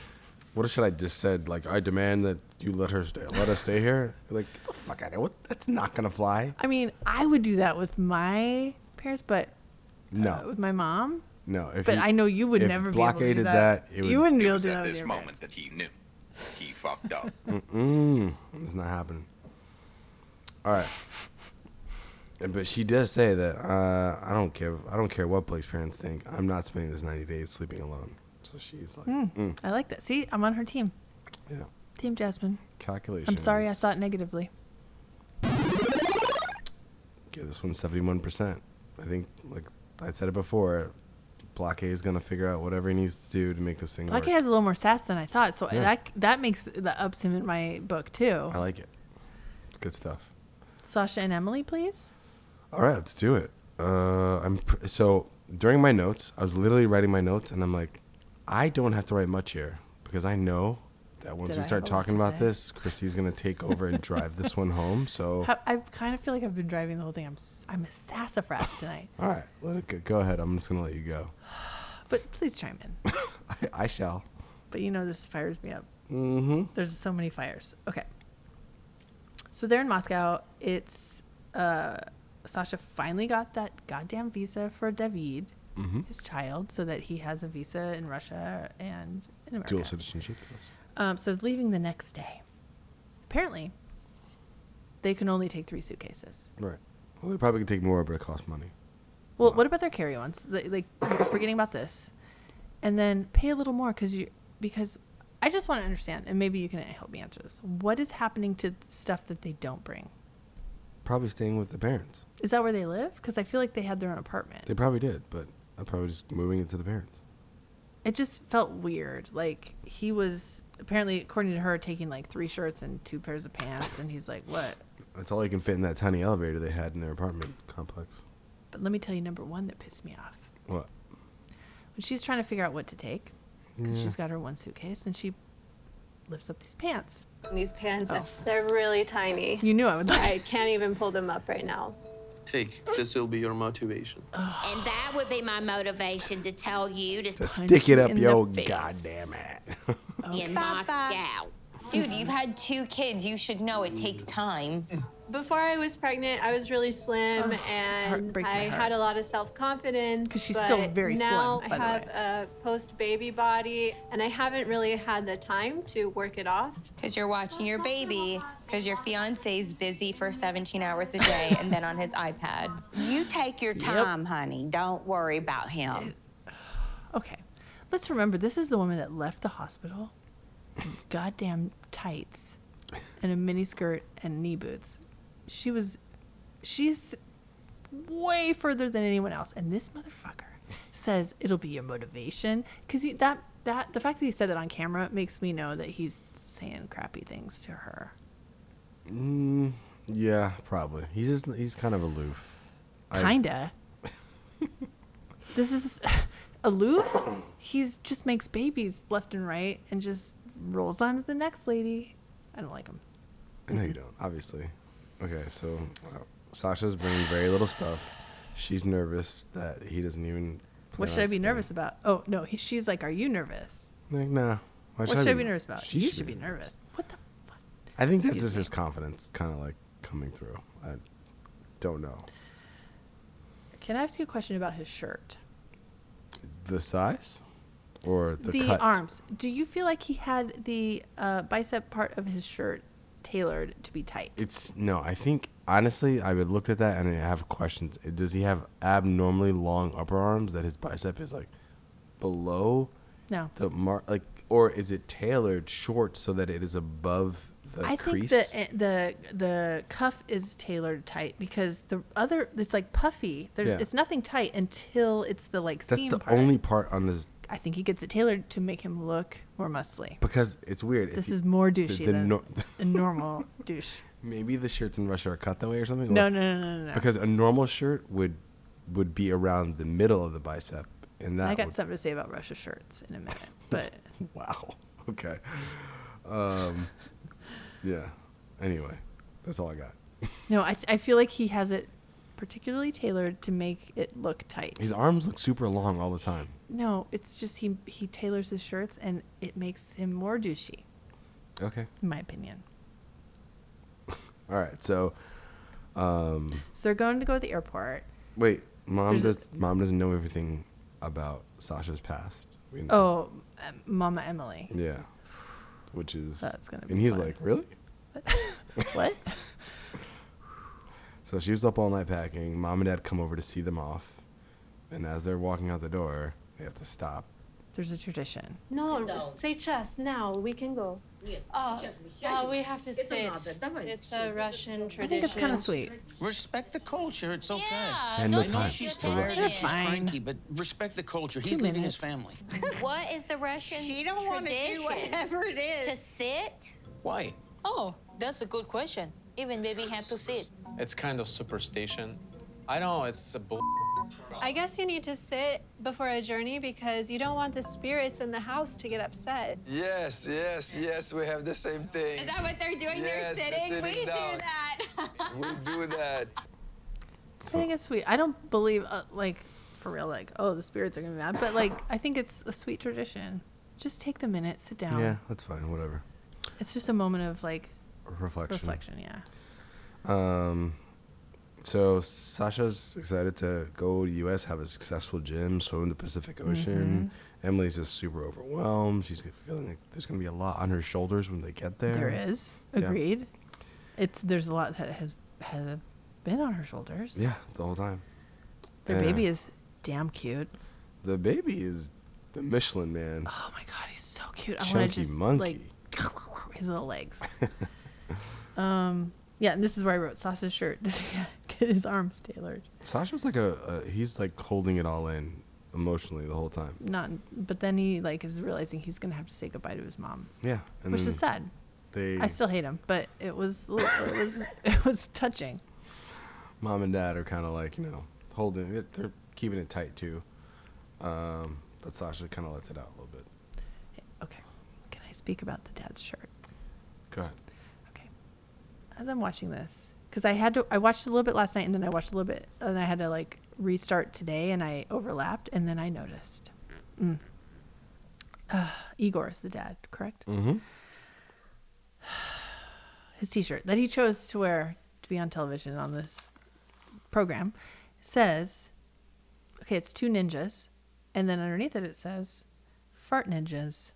B: "What should I just said? Like, I demand that you let her stay. Let us stay here. Like, get the fuck out of here. What? That's not gonna fly.
A: I mean, I would do that with my parents, but uh,
B: No,
A: with my mom.
B: no.
A: but I know you would
B: if
A: never be able to do
B: blockaded
A: that.
B: it would,
A: You wouldn't be able
N: was
A: to
N: at
A: do that with
N: this
A: your
N: moment that he knew he fucked up.
B: Mm-mm, it's not happening. All right. And- But she does say that uh, I don't care. I don't care what Blake's parents think. I'm not spending this 90 days sleeping alone. So she's like,
A: Mm.
B: mm.
A: I like that. See, I'm on her team.
B: Yeah.
A: Team Jasmine.
B: calculation.
A: I'm sorry I thought negatively.
B: Okay, this one's seventy-one percent. I think, like I said it before, Block A is gonna figure out whatever he needs to do to make this thing
A: Black
B: work.
A: has a little more sass than I thought, so
B: Yeah.
A: that that makes that ups him in my book too.
B: I like it. Good stuff.
A: Sasha and Emily, please.
B: All right, let's do it. Uh, I'm pr- so during my notes, I was literally writing my notes, and I'm like, I don't have to write much here because I know that once
A: That
B: we
A: I
B: start
A: have a lot
B: talking
A: to
B: about
A: say.
B: this, Christy's gonna take over and drive this one home. So,
A: How, I kind of feel like I've been driving the whole thing. I'm s- I'm a sassafras tonight,
B: all right, let it go. Go ahead. I'm just gonna let you go.
A: but please chime in.
B: I, I shall.
A: But you know this fires me up.
B: Mm-hmm.
A: There's so many fires. Okay. So they're in Moscow. It's uh, Sasha finally got that goddamn visa for David,
B: Mhm.
A: his child, so that he has a visa in Russia and in America.
B: Dual citizenship. yes.
A: Um, so leaving the next day. Apparently, they can only take three suitcases.
B: Right. Well, they probably could take more, but it costs money.
A: Well, what about their carry-ons? Th- Like we're forgetting about this, and then pay a little more because you because I just want to understand, and maybe you can help me answer this. What is happening to stuff that they don't bring?
B: Probably staying with the parents.
A: Is that where they live? Because I feel like they had their own apartment.
B: They probably did, but I'm probably just moving it to the parents.
A: It just felt weird. Like he was apparently, according to her, taking like three shirts and two pairs of pants, and he's like, "What?"
B: That's all you can fit in that tiny elevator they had in their apartment complex.
A: But let me tell you, number one that pissed me off
B: What?
A: when she's trying to figure out what to take because
B: Yeah.
A: she's got her one suitcase and she lifts up these pants.
I: These pants,
H: Oh.
I: they're really tiny.
A: You knew I would like-
I: I can't even pull them up right now.
G: Take. This will be your motivation.
M: And that would be my motivation to tell you to,
B: Stick it up
M: in
B: yo
M: the face.
B: goddamn ass.
M: in Moscow.
H: Dude, you've had two kids. You should know it takes time.
I: before I was pregnant, I was really slim
A: Oh, this heart
I: Um, and
A: breaks my
I: I
A: heart.
I: had a lot of self confidence.
A: 'Cause she's still very slim,
I: now
A: by
I: I
A: the
I: have a post baby body and I haven't really had the time to work it off.
O: Because you're watching your baby, because your fiance's busy for 17 hours a day and then on his iPad. You take your time, honey. Don't worry about him.
A: Okay. Let's remember this is the woman that left the hospital, in goddamn tights, and a mini skirt and knee boots. She was, she's way further than anyone else. And this motherfucker says it'll be your motivation because that that the fact that he said that on camera makes me know that he's saying crappy things to her.
B: Mm, yeah, probably. He's just, he's kind of aloof. I-
A: Kinda. this is aloof. He's just makes babies left and right and just rolls on to the next lady. I don't like him.
B: I know you don't, obviously. Okay, so uh, Sasha's bringing very little stuff. She's nervous that he doesn't even. plan
A: What should I
B: on
A: be nervous about? Oh no, he, she's like, "Are you nervous?
B: staying. Like, nah. Why
A: what should I be nervous about?
B: She
A: you should be nervous." What the?
B: I think that's
A: Excuse
B: just his confidence, kind of like coming through. I don't know
A: Can I ask you a question about his shirt?
B: the size or the,
A: The,
B: cut.
A: arms. Do you feel like he had the uh, bicep part of his shirt tailored to be tight?
B: It's no. I think honestly, I would looked at that and I have questions. Does he have abnormally long upper arms that his bicep is like below?
A: No.
B: The mark, like, or is it tailored short so that it is above the
A: I
B: crease?
A: think the the the cuff is tailored tight because the other it's like puffy. There's
B: Yeah.
A: it's nothing tight until it's the like
B: That's
A: seam
B: the
A: part.
B: only part on this
A: I think he gets it tailored to make him look more muscly.
B: because it's weird. if
A: This
B: you-
A: is more
B: the-
A: douchey
B: the
A: than
B: nor-
A: a normal douche.
B: Maybe the shirts in Russia are cut that way or something.
A: No,
B: Or-
A: no, no, no, no, no.
B: Because a normal shirt would would be around the middle of the bicep, and that
A: I got
B: would-
A: something to say about Russia shirts in a minute, but
B: wow. Okay. Um, yeah. Anyway, that's all I got.
A: no, I I feel like he has it particularly tailored to make it look tight.
B: His arms look super long all the time.
A: No, it's just he he tailors his shirts and it makes him more douchey,
B: Okay.
A: in my opinion.
B: All right. So, um,
A: So they're going to go to the airport.
B: wait. Mom
A: There's a-
B: does. Mom doesn't know everything about Sasha's past. We know.
A: Oh, uh, Mama Emily.
B: Yeah. Which is.
A: That's gonna be
B: And he's
A: fun.
B: like, really?
A: what?
B: So she was up all night packing. Mom and dad come over to see them off. And as they're walking out the door, they have to stop.
A: There's a tradition.
I: No,
P: Sit down.
I: say just now. We can go. Oh,
P: сейчас мы
I: uh,
P: сядем.
I: we have to
P: Это
I: sit.
P: надо, давай,
I: It's a Russian tradition.
A: kinda sweet.
G: Respect the culture. It's okay.
B: And no
G: I know
B: time.
G: she's
B: Don't
G: tired
B: rush.
G: and
B: You're
G: she's
B: fine.
G: cranky, but respect the culture. He's leaving his family.
O: What is the Russian she don't
M: wanna do
O: tradition?
M: whatever
O: it is. To sit?
G: Why?
M: Oh, that's a good question. Even baby have to sit.
Q: It's kind of superstition. I know it's a bull.
I: I guess you need to sit before a journey because you don't want the spirits in the house to get upset.
R: Yes, yes, yes, we have the same thing.
I: Is that what they're doing? They're
R: Yes, the
I: sitting? We do
R: down. we do that.
A: I think it's sweet. I don't believe, uh, like, for real, like, oh, the spirits are gonna be mad, but like, I think it's a sweet tradition. Just take the minute, sit down.
B: Yeah, that's fine. Whatever.
A: It's just a moment of like
B: Reflection.
A: Reflection, yeah.
B: Um, so Sasha's excited to go to U.S. have a successful gym, swim in the Pacific Ocean.
A: Mm-hmm.
B: Emily's just super overwhelmed. She's feeling like there's gonna be a lot on her shoulders when they get there.
A: There is
B: Yeah.
A: agreed. It's there's a lot that has has been on her shoulders.
B: Yeah, the whole time.
A: Their
B: Yeah.
A: baby is damn cute.
B: The baby is the Michelin man.
A: Oh my god, he's so cute. I want
B: Chunky
A: to just
B: monkey.
A: like his little legs. um, yeah, and this is where I wrote Sasha's shirt. Does he get his arms tailored?
B: Sasha's like a, a he's like holding it all in emotionally the whole time.
A: Not, but then he like is realizing he's gonna have to say goodbye to his mom.
B: Yeah, and
A: which
B: then
A: is sad.
B: They
A: I still hate him, but it was it was it was touching.
B: mom and dad are kind of like you know holding it they're keeping it tight too um, but sasha kind of lets it out a little bit
A: Can I speak about the dad's shirt?
B: go ahead
A: as I'm watching this because I had to I watched a little bit last night and then I watched a little bit and I had to like restart today and I overlapped and then I noticed. Mm. Uh, Igor is the dad, correct?
B: mm-hmm
A: His T-shirt that he chose to wear be on television on this program says, okay, it's two ninjas. And then underneath it, it says, fart ninjas,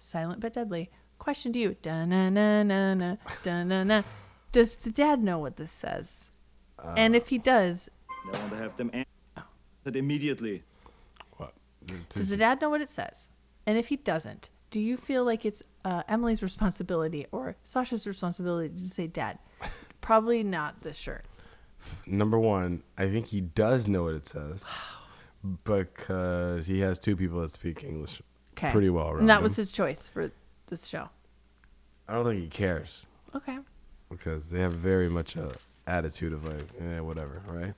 A: silent but deadly. Question to you. Da na na na na da na na. Does the dad know what this says? and if he
B: Uh,
A: does,
C: I want to have them answered immediately.
A: Does the dad know what it says? And if he doesn't, do you feel like it's uh, Emily's responsibility or Sasha's responsibility to say, Dad, probably not the shirt?
B: Number one, I think he does know what it says because he has two people that speak English
A: Okay.
B: pretty well. Around
A: And that was
B: him.
A: his choice for this show.
B: I don't think he cares
A: Okay.
B: because they have very much a attitude of like, eh, whatever, right?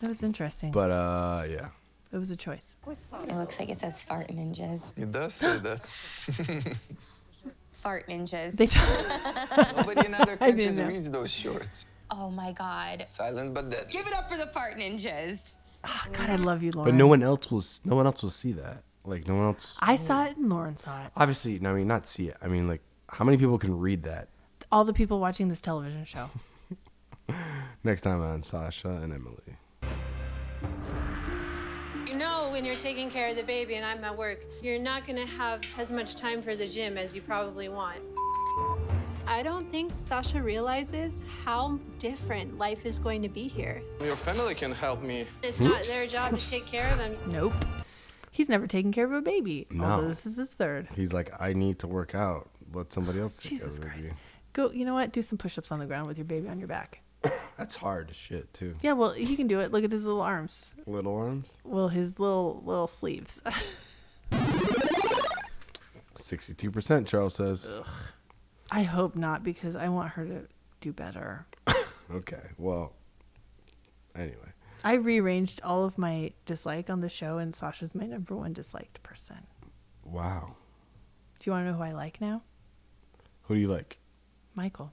A: That was interesting.
B: But uh, yeah.
A: it was a choice.
P: It looks like it says fart ninjas.
R: It does say that.
P: Fart ninjas.
A: They
R: Nobody in other
P: I didn't
R: countries
P: know.
R: reads those shorts.
P: Oh my god.
R: Silent but deadly.
P: Give it up for the fart ninjas.
A: God, I love you, Lauren.
B: But no one else will. s- No one else will see that. Like no one else.
A: I saw it and Lauren saw it.
B: Obviously, no, I mean not see it. I mean like, how many people can read that?
A: All the people watching this television show.
B: Next time on Sasha and Emily.
I: You know, when you're taking care of the baby and I'm at work, you're not going to have as much time for the gym as you probably want. I don't think Sasha realizes how different life is going to be here.
R: Your family can help me.
I: It's not their job to take care of him.
A: Nope. He's never taken care of a baby.
B: No.
A: Although this is his third.
B: He's like, I need to work out. Let somebody else. take
A: Jesus
B: over
A: Christ.
B: you.
A: Go, you know what? Do some push ups on the ground with your baby on your back.
B: That's hard as shit too.
A: Yeah, well, he can do it. Look at his little arms.
B: Little arms.
A: Well, his little, little sleeves.
B: Sixty-two percent. Charles says.
A: I hope not because I want her to do better.
B: Okay. Well. Anyway.
A: I rearranged all of my dislike on the show, and Sasha's my number one disliked person.
B: Wow.
A: Do you want to know who I like now?
B: Who do you like?
A: Michael.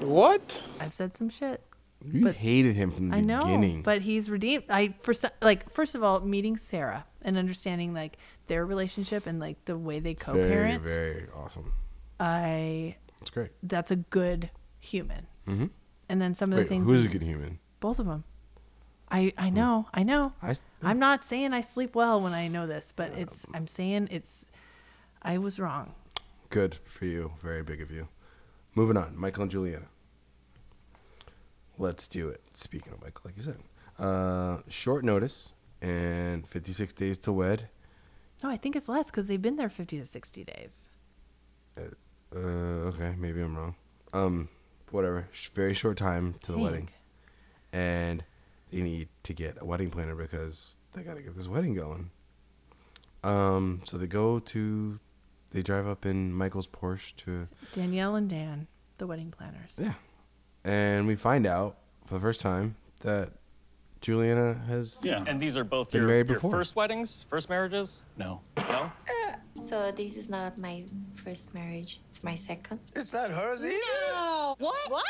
B: What?
A: I've said some shit.
B: You hated him from the
A: I know,
B: beginning.
A: but he's redeemed. I for so- like first of all, meeting Sarah and understanding like their relationship and like the way they co-parent.
B: Very, very awesome.
A: I.
B: That's great.
A: That's a good human.
B: Mm-hmm.
A: And then some of the
B: Wait,
A: things.
B: who's a good human?
A: Both of them. I I know I know.
B: Hmm. I s-
A: I'm not saying I sleep well when I know this, but it's
B: Um,
A: I'm saying it's. I was wrong.
B: Good for you. Very big of you. Moving on. Michael and Juliana. Let's do it. Speaking of Michael, like you said, uh, short notice and 56 days to wed.
A: No, I think it's less because they've been there 50 to 60 days.
B: Uh, okay, maybe I'm wrong. Um, whatever. Sh- very short time to the
A: Dang.
B: wedding, and they need to get a wedding planner because they gotta get this wedding going. Um, so they go to, they drive up in Michael's Porsche to,
A: Danielle and Dan, the wedding planners.
B: Yeah. and we find out for the first time that Juliana has
S: Yeah. And these are both
B: Been
S: your,
B: married
S: your
B: before.
S: first weddings, first marriages? No. No?
P: So this is not my first marriage. It's my second.
R: It's not hers either.
M: No. What? What?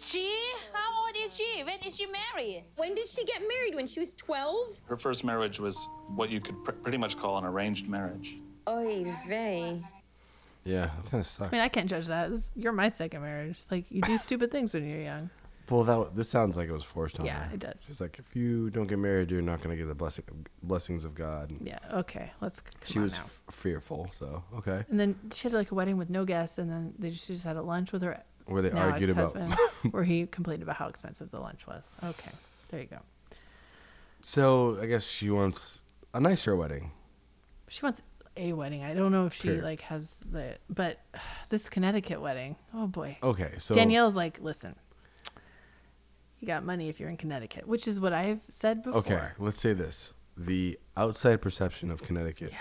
M: She? How old is she? When is she married?
P: When did she get married? When she was 12?
S: Her first marriage was what you could pr- pretty much call an arranged marriage.
P: Oy vey.
B: yeah, that kind of
A: I
B: sucks.
A: mean, I can't judge that. This- you're my second marriage. It's like, you do stupid things when you're young.
B: Well, that this sounds like it was forced on
A: Yeah,
B: her.
A: it does.
B: She's like, if you don't get married, you're not gonna get the blessing blessings of God.
A: Yeah, okay. Let's. Come
B: She
A: on
B: was
A: now.
B: f- fearful, so okay.
A: And then she had like a wedding with no guests, and then they just, she just had a lunch with her.
B: Where they
A: now
B: argued about-
A: ex-husband, where he complained about how expensive the lunch was. Okay, there you go.
B: So I guess she wants a nicer wedding.
A: She wants a wedding. I don't know if she
B: Sure.
A: like has the, but this Connecticut wedding. Oh boy.
B: Okay, so-
A: Danielle's like, listen, you got money if you're in Connecticut, which is what I've said before.
B: Okay, let's say this: the outside perception of Connecticut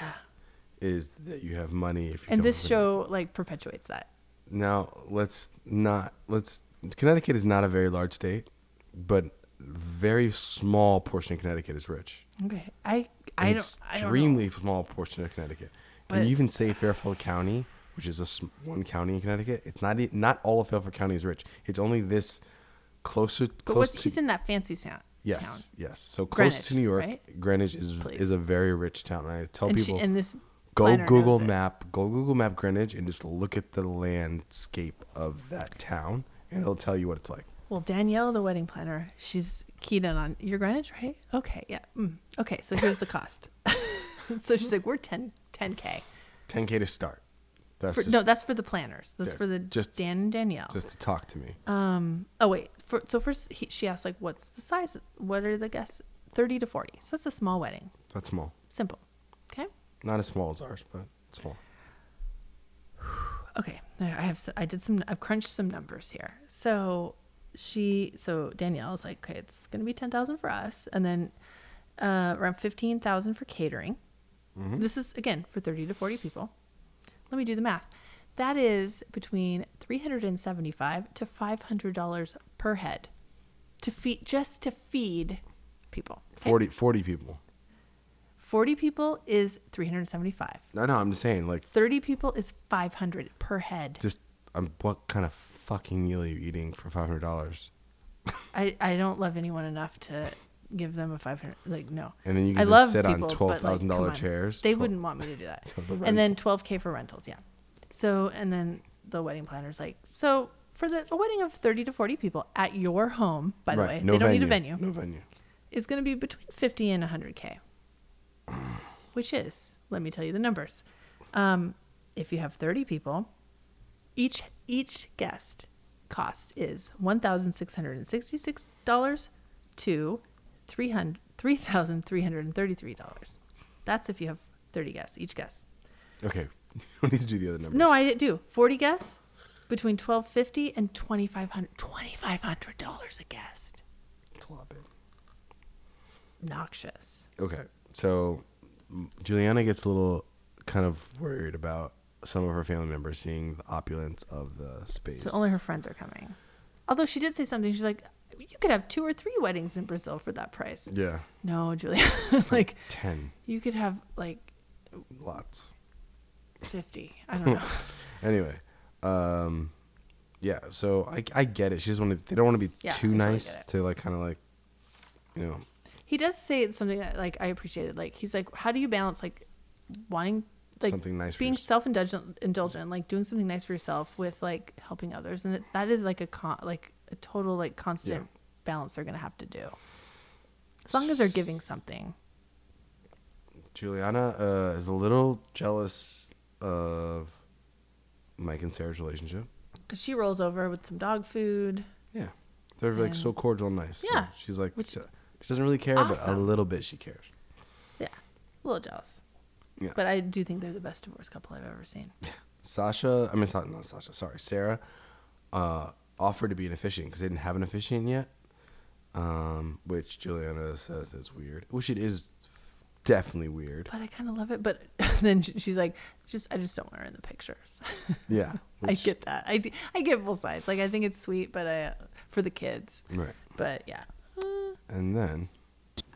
B: is that you have money if you.
A: And
B: come
A: this
B: from-
A: show like perpetuates that.
B: Now let's not let's. Connecticut is not a very large state, but very small portion of Connecticut is rich.
A: Okay. I I
B: An
A: don't I don't know.
B: extremely small portion of Connecticut.
A: But-
B: and you even say Fairfield County, which is a sm- one county in Connecticut. It's not e- not all of Fairfield County is rich. It's only this closer.
A: But
B: close
A: what's
B: to,
A: he's in that fancy sound.
B: Yes, yes. So close to
A: Greenwich,
B: New York,
A: right?
B: Greenwich is
A: Place.
B: is a very rich town. And I tell
A: and,
B: people
A: she, and this
B: Go
A: Miner knows
B: Google
A: it.
B: Map. Go Google Map Greenwich and just look at the landscape of that town, and it'll tell you what it's like.
A: Well, Danielle, the wedding planner, she's keyed in on your Greenwich, right? Okay, yeah. Mm. Okay, so here's the cost. so she's like, we're 10, 10K.
B: 10k to start. That's
A: For-
B: just,
A: no, that's for the planners. That's
B: Yeah,
A: for the
B: just-
A: Dan and Danielle.
B: just to talk to me.
A: Um. Oh wait. For, so first, he, she asked like, "What's the size? What are the guests? Thirty to forty. So that's a small wedding.
B: That's small.
A: Simple. Okay.
B: Not as small as ours, but small.
A: Okay. There, I have. s- I did some. I've crunched some numbers here. So she. So Danielle's like, okay, it's gonna be ten thousand for us, and then uh, around fifteen thousand for catering.
T: Mhm.
A: This is again for thirty to forty people. Let me do the math. That is between three hundred and seventy-five to five hundred dollars per head to feed just to feed people. Okay?
B: 40, 40 people.
A: 40 people is 375.
B: No, no, I'm just saying, like,
A: 30 people is 500 per head.
B: just um, what kind of fucking meal are you eating for five hundred dollars?
A: I, I don't love anyone enough to give them a 500 like no.
B: And then you
A: I
B: can just
A: love
B: sit on
A: people, but,
B: $12,000
A: come on.
B: chairs.
A: They
B: Twelve-
A: wouldn't want me to do that.
B: Twelve
A: and then 12k for rentals, yeah. So and then the wedding planner's like, "So for the a wedding of 30 to 40 people at your home, by the
B: Right,
A: way,
B: no
A: they don't need a
B: venue,
A: venue.
B: no venue.
A: Is going to be between 50 and 100k. Which is, let me tell you the numbers. Um, if you have 30 people, each each guest cost is one thousand six hundred and sixty six dollars to three hundred three thousand three hundred and thirty three dollars. That's if you have thirty guests each guest.
B: Okay, who needs to do the other number?
A: No, I didn't do forty guests between twelve fifty and twenty five hundred twenty five hundred dollars a guest.
B: It's a lot, babe.
A: It's obnoxious.
B: Okay, so m- Juliana gets a little kind of worried about some of her family members seeing the opulence of the space.
A: So only her friends are coming. Although she did say something, she's like, "You could have two or three weddings in Brazil for that price."
B: Yeah.
A: No, Julia. like
B: ten
A: You could have like
B: lots.
A: 50. I don't know.
B: anyway, um, yeah. So I, I get it. She just want to. They don't want to be
A: Yeah, I
B: too
A: totally
B: nice
A: get it.
B: to like kind of like, you know,
A: he does say it's something that like I appreciated. Like he's like, how do you balance like wanting like
B: Something nice for
A: being
B: yours-
A: self indulgent, indulgent, like doing something nice for yourself with like helping others, and that, that is like a con like a total like constant balance they're gonna have to do. As long as they're giving something,
B: Juliana uh, is a little jealous of Mike and Sarah's relationship.
A: because she rolls over with some dog food.
B: Yeah. They're like
A: And-
B: so cordial and nice. So
A: Yeah.
B: she's like, she she doesn't really care, but a
A: awesome.
B: little bit she cares.
A: Yeah, a little jealous.
B: Yeah.
A: But I do think they're the best divorced couple I've ever seen.
B: Sasha, I mean, Sa- not Sasha, sorry, Sarah uh, offered to be an officiant because they didn't have an officiant yet, um, which Juliana says is weird, which it is f- definitely weird.
A: But I kind of love it. But then she- she's like, just I just don't want her in the pictures.
B: Yeah.
A: I
B: which-
A: get that. I, d- I get both sides. Like I think it's sweet, but I for the kids.
B: Right.
A: But yeah,
B: And then,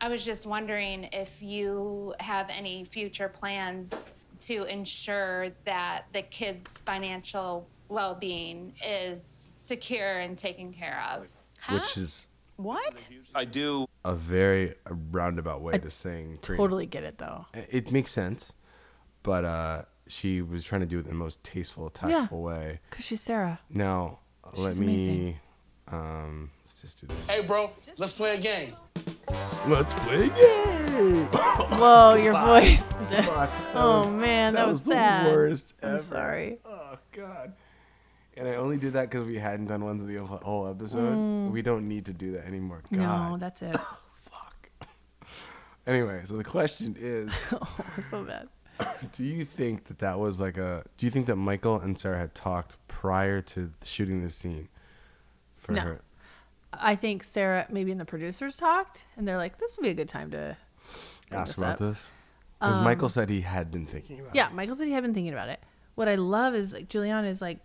T: I was just wondering if you have any future plans to ensure that the kids' financial well being is secure and taken care of.
B: which is
T: What?
S: I do.
B: a very roundabout way to saying Karina.
A: totally get it though.
B: It makes sense, but uh, she was trying to do it in the most tasteful,
A: Yeah.
B: tactful way.
A: Cause she's Sarah.
B: Now, let
A: She's
B: me. Um, let's just do this.
G: Hey, bro, let's play a game.
B: Let's play a game.
A: Whoa, your
B: Fuck.
A: voice.
B: Fuck, that
A: oh
B: was-
A: man, that, was, sad.
B: the worst
A: I'm
B: ever.
A: sorry.
B: Oh god. And I only did that because we hadn't done one of the whole episode.
A: Mm.
B: We don't need to do that anymore. God.
A: No, that's it.
B: Anyway, so the question is,
A: I feel bad.
B: do you think that that was like a? Do you think that Michael and Sarah had talked prior to shooting this scene? For
A: No.
B: her,
A: I think Sarah maybe and the producers talked, and they're like, this would be a good time to bring
B: ask about
A: up.
B: this because
A: Um,
B: Michael said he had been thinking about.
A: Yeah, Michael said he had been thinking about it. What I love is like Juliana is like,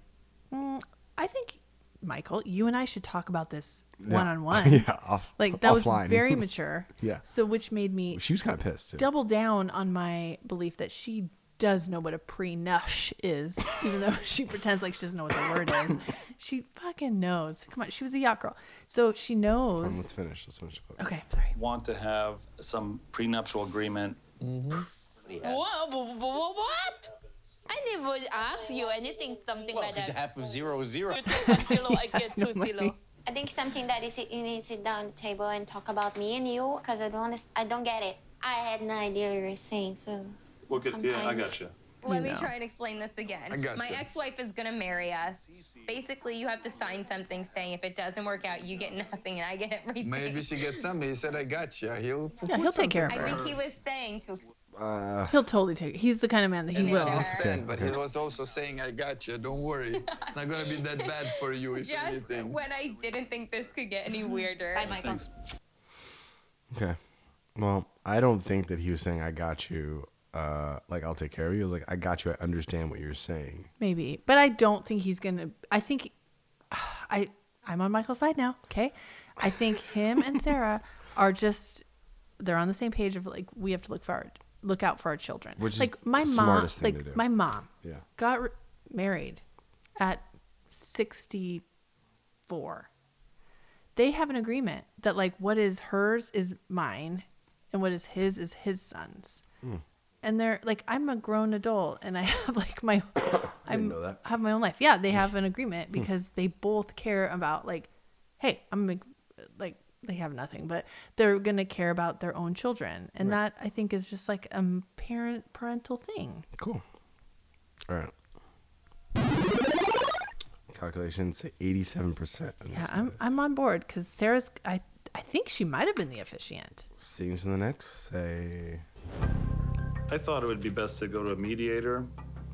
A: mm, I think Michael, you and I should talk about this
B: Yeah.
A: one on one.
B: Yeah, off-
A: like that
B: offline.
A: was very mature.
B: Yeah.
A: So which made me
B: it. She was kind of pissed. Too.
A: double down on my belief that she does know what a pre-nush is, even though she pretends like she doesn't know what the word is. She fucking knows. Come on, she was a yacht girl, so she knows.
B: Um, let's finish. Let's finish.
A: Okay.
U: Want to have some prenuptial agreement
G: Yes.
M: What? Wha- wha- What? I never ask you anything, something like that.
G: Get your half of zero zero.
M: I get two zero.
P: I think something that is you need to sit down at the table and talk about me and you because I don't underst- I don't get it. I had no idea you were saying so.
S: We'll get, yeah, I
P: Sometimes.
S: got you.
O: Let me
P: No.
O: try and explain this again.
S: I gotcha.
O: My ex-wife is gonna marry us. Basically, you have to sign something saying if it doesn't work out, you get nothing and I get everything.
U: Maybe she gets something. He said, I got you. He'll
A: Yeah, he'll take care of
O: I
A: her.
O: think he was saying to.
B: Uh,
A: He'll totally take it. He's the kind of man that he will.
U: understand, but he was also saying, I got you. Don't worry. It's not going to be that bad for you, if
O: Just
U: anything.
O: when I didn't think this could get any weirder. Bye, Michael.
B: Okay. Well, I don't think that he was saying I got you. Uh, like I'll take care of you. It was like I got you. I understand what you're saying.
A: Maybe, but I don't think he's gonna. I think, I I'm on Michael's side now. Okay, I think him and Sarah are just they're on the same page of like we have to look for our, look out for our children.
B: Which is
A: like my
B: the
A: mom,
B: smartest thing
A: like
B: to do.
A: my mom,
B: Yeah.
A: got re- married at 64. They have an agreement that like what is hers is mine, and what is his is his son's
B: Hmm.
A: and they're like i'm a grown adult and i have like my i
B: know that. Hmm.
A: have my own life yeah they have an agreement because they both care about like hey i'm a, like they have nothing but they're gonna care about their own children and that i think is just like a m- parent parental thing
B: cool All right. Calculations say 87 percent.
A: yeah i'm i'm on board because sarah's i i think she might have been the officiant
B: Scenes from the next say
V: I thought it would be best to go to a mediator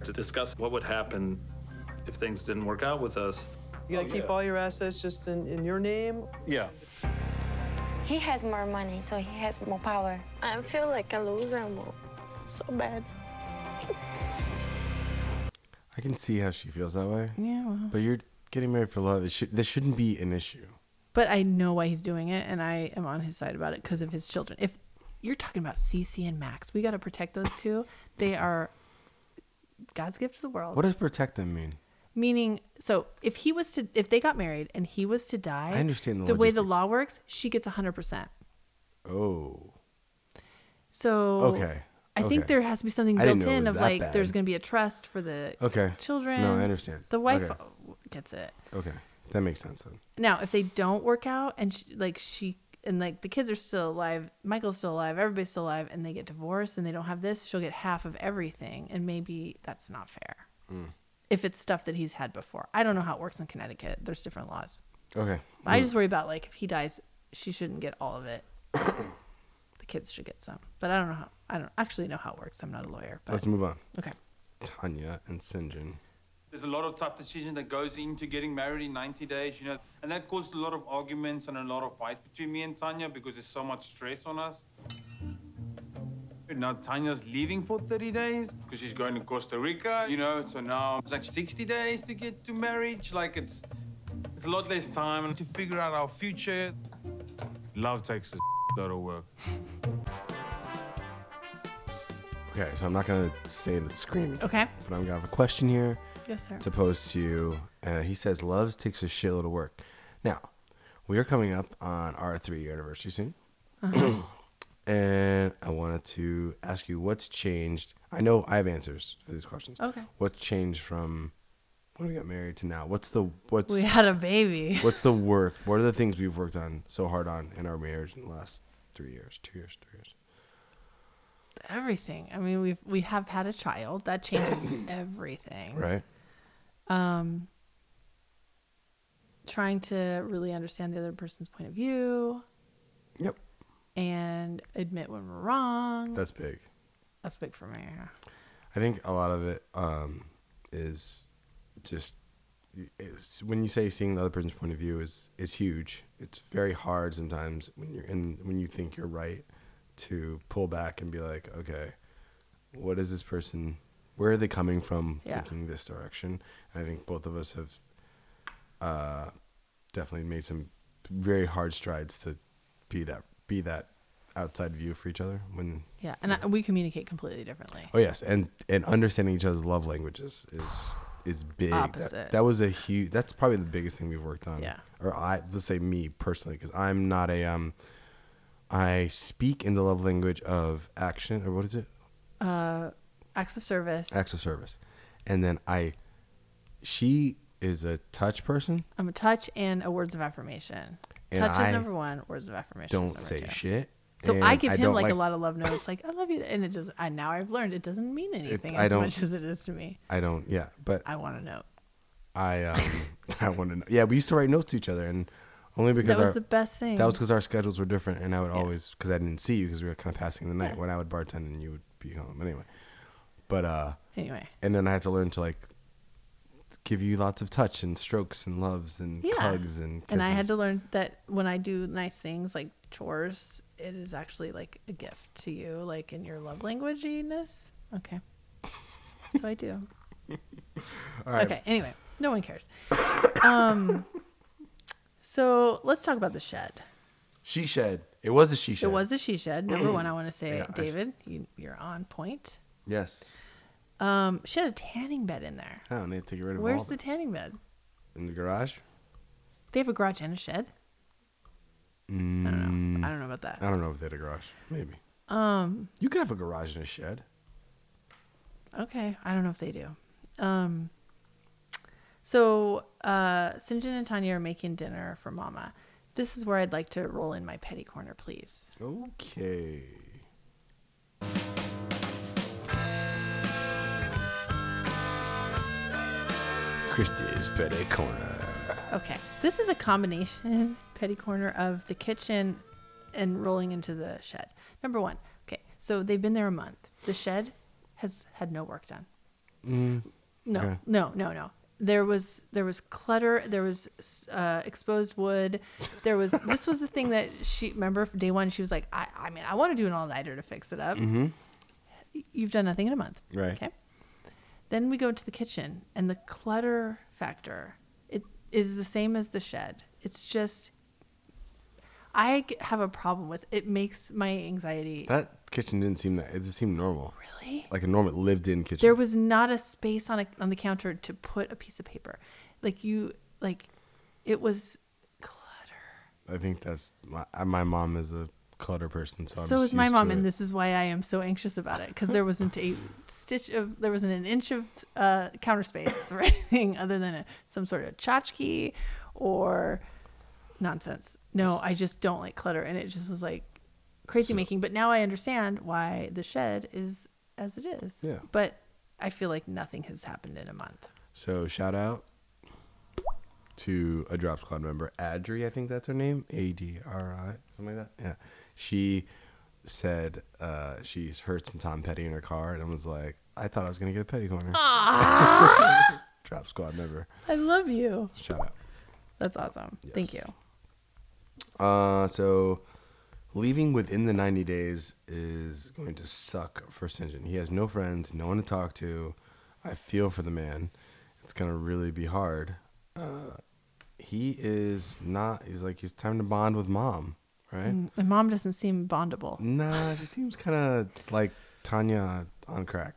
V: to discuss what would happen if things didn't work out with us.
W: You gotta keep all your assets just in, in your name.
V: Yeah.
P: He has more money, so he has more power.
X: I feel like a loser more. So bad.
B: I can see how she feels that way.
A: Yeah, well.
B: But you're getting married for love. It should this shouldn't be an issue.
A: but i know why he's doing it and i am on his side about it because of his children if you're talking about cc and max we got to protect those two they are god's gift to the world
B: What does protect them mean?
A: meaning so if he was to if they got married and he was to die
B: I understand the
A: way the
B: logistics.
A: law works she gets 100%
B: Oh,
A: so
B: Okay,
A: i think
B: okay.
A: there has to be something
B: I didn't
A: built
B: know it
A: in
B: was
A: of
B: that
A: like there's
B: bad.
A: going to be a trust for the
B: Okay.
A: children
B: No, I understand.
A: the wife
B: Okay.
A: gets it
B: okay. That makes sense then.
A: Now, if they don't work out and she, like she and like the kids are still alive, Michael's still alive, everybody's still alive, and they get divorced and they don't have this, she'll get half of everything, and maybe that's not fair.
B: Mm.
A: If it's stuff that he's had before, I don't know how it works in Connecticut. There's different laws.
B: Okay.
A: But I just worry about like if he dies, she shouldn't get all of it. the kids should get some, but I don't know how. I don't actually know how it works. I'm not a lawyer. But
B: Let's move on.
A: Okay.
B: Tanya and Sinjin.
Y: There's a lot of tough decisions that goes into getting married in 90 days, you know, and that caused a lot of arguments and a lot of fights between me and Tanya because there's so much stress on us. Now Tanya's leaving for 30 days because she's going to Costa Rica, you know, so now it's like 60 days to get to marriage. Like it's it's a lot less time to figure out our future. Love takes a lot of work.
B: Okay, so I'm not gonna say the screaming.
A: Okay.
B: But I'm gonna have a question here.
A: Yes, sir.
B: To pose to you, uh, he says, "Loves takes a shitload of work." Now, we are coming up on our three-year anniversary soon,
A: Uh-huh.
B: and I wanted to ask you what's changed. I know I have answers for these questions.
A: Okay.
B: What's changed from when we got married to now? What's the what's
A: We had a baby.
B: What's the work? What are the things we've worked on so hard on in our marriage in the last three years, two years, three years?
A: everything. I mean, we have we have had a child that changes everything,
B: Right.
A: Um, trying to really understand the other person's point of view.
B: Yep.
A: And admit when we're wrong.
B: That's big.
A: That's big for me. yeah.
B: I think a lot of it um, is just it's, when you say seeing the other person's point of view is is huge. It's very hard sometimes when you're in when you think you're right to pull back and be like, okay, what is this person? Where are they coming from?
A: Yeah.
B: Thinking this direction. And I think both of us have uh, definitely made some very hard strides to be that be that outside view for each other when
A: Yeah, and I, we communicate completely differently.
B: Oh yes, and and understanding each other's love languages is is big. That-
A: Opposite.
B: That, was a huge. That's probably the biggest thing we've worked on.
A: Yeah.
B: Or I let's say me personally, because I'm not a um. I speak in the love language of action, or what is it?
A: uh, acts of service.
B: acts of service, and then I, she is a touch person.
A: I'm a touch and a words of affirmation.
B: And
A: touch
B: I
A: is number one. Words of affirmation. is
B: Don't
A: number
B: say
A: two.
B: shit.
A: So
B: and
A: I give him
B: don't
A: like, a lot of love notes, like I love you, and it doesn't. I now I've learned it doesn't mean
B: it-
A: anything
B: I
A: as
B: don't-
A: much as it is to me.
B: I don't. Yeah, but
A: I want to know.
B: I um, I want to know. Yeah, we used to write notes to each other, and only because
A: was
B: our-
A: the best thing.
B: That was because our schedules were different, and I would always because I didn't see you because we were kind of passing the night
A: Yeah.
B: when I would bartend and you would be home anyway. But uh,
A: Anyway.
B: and then I had to learn to like give you lots of touch and strokes and loves and
A: Yeah.
B: hugs and
A: and I had
B: kisses.
A: to learn that when I do nice things like chores, it is actually like a gift to you, like in your love languaginess. Okay. So I do.
B: All right.
A: Okay. Anyway, no one cares. Um. So let's talk about the shed.
B: she shed. It was a she shed.
A: It was a she shed. Number one, I want to say,
B: Yeah, I s-
A: David, you, you're on point.
B: Yes. Oh,
A: Um, she had a tanning bed in there.
B: I don't need to get rid of
A: Where's
B: all
A: the tanning bed?
B: in the garage.
A: They have a garage and a shed.
B: I don't
A: know. I don't know about that.
B: I don't know if they had a garage. Maybe
A: Um,
B: you could have a garage and a shed.
A: Okay, I don't know if they do. Um, so uh, Sinjin and Tanya are making dinner for Mama. This is where I'd like to roll in my petty corner, please.
B: Okay. Christie's Petty Corner.
A: Okay, this is a combination petty corner of the kitchen and rolling into the shed. Number one. Okay, so they've been there a month. The shed has had no work done. No,
D: Okay.
A: no, no, no. There was there was clutter. There was uh, exposed wood. There was this was the thing that she remember from day one. She was like, I, I mean, I want to do an all nighter to fix it up.
B: Mm-hmm.
A: You've done nothing in a month.
B: Right.
A: Okay. Then we go to the kitchen, and the clutter factor it is the same as the shed. It's just I g- have a problem with it. Makes my anxiety.
B: That kitchen didn't seem that. It just seemed normal.
A: Really?
B: Like a normal lived-in kitchen.
A: There was not a space on a, on the counter to put a piece of paper. Like you like it was
B: I think that's my I- my mom is a clutter person, so, I'm
A: so
B: just
A: is my
B: used
A: mom
B: to
A: and
B: it.
A: this is why I am so anxious about it cuz there wasn't a stitch of there wasn't an inch of uh, counter space or anything other than a, some sort of tchotchke or nonsense. No, I just don't like clutter and it just was like crazy
B: So-
A: making, but now I understand why the shed is as it is.
B: Yeah.
A: But I feel like nothing has happened in a month.
B: So shout out to a Drop Squad member, Adri, I think that's her name, A D R I, something like that. Yeah, she said uh, she's heard some Tom Petty in her car, and was like, I thought I was gonna get a petty corner.
A: Aw.
B: Drop Squad member,
A: I love you.
B: shout out.
A: That's awesome. Thank you.
B: Uh, so leaving within the 90 days is going to suck for St. John. He has no friends, no one to talk to. I feel for the man. It's going to really be hard. Uh, he is not, he's like, he's time to bond with mom, right?
A: Mm, And mom doesn't seem bondable.
B: Nah, she seems kind of like Tanya on crack.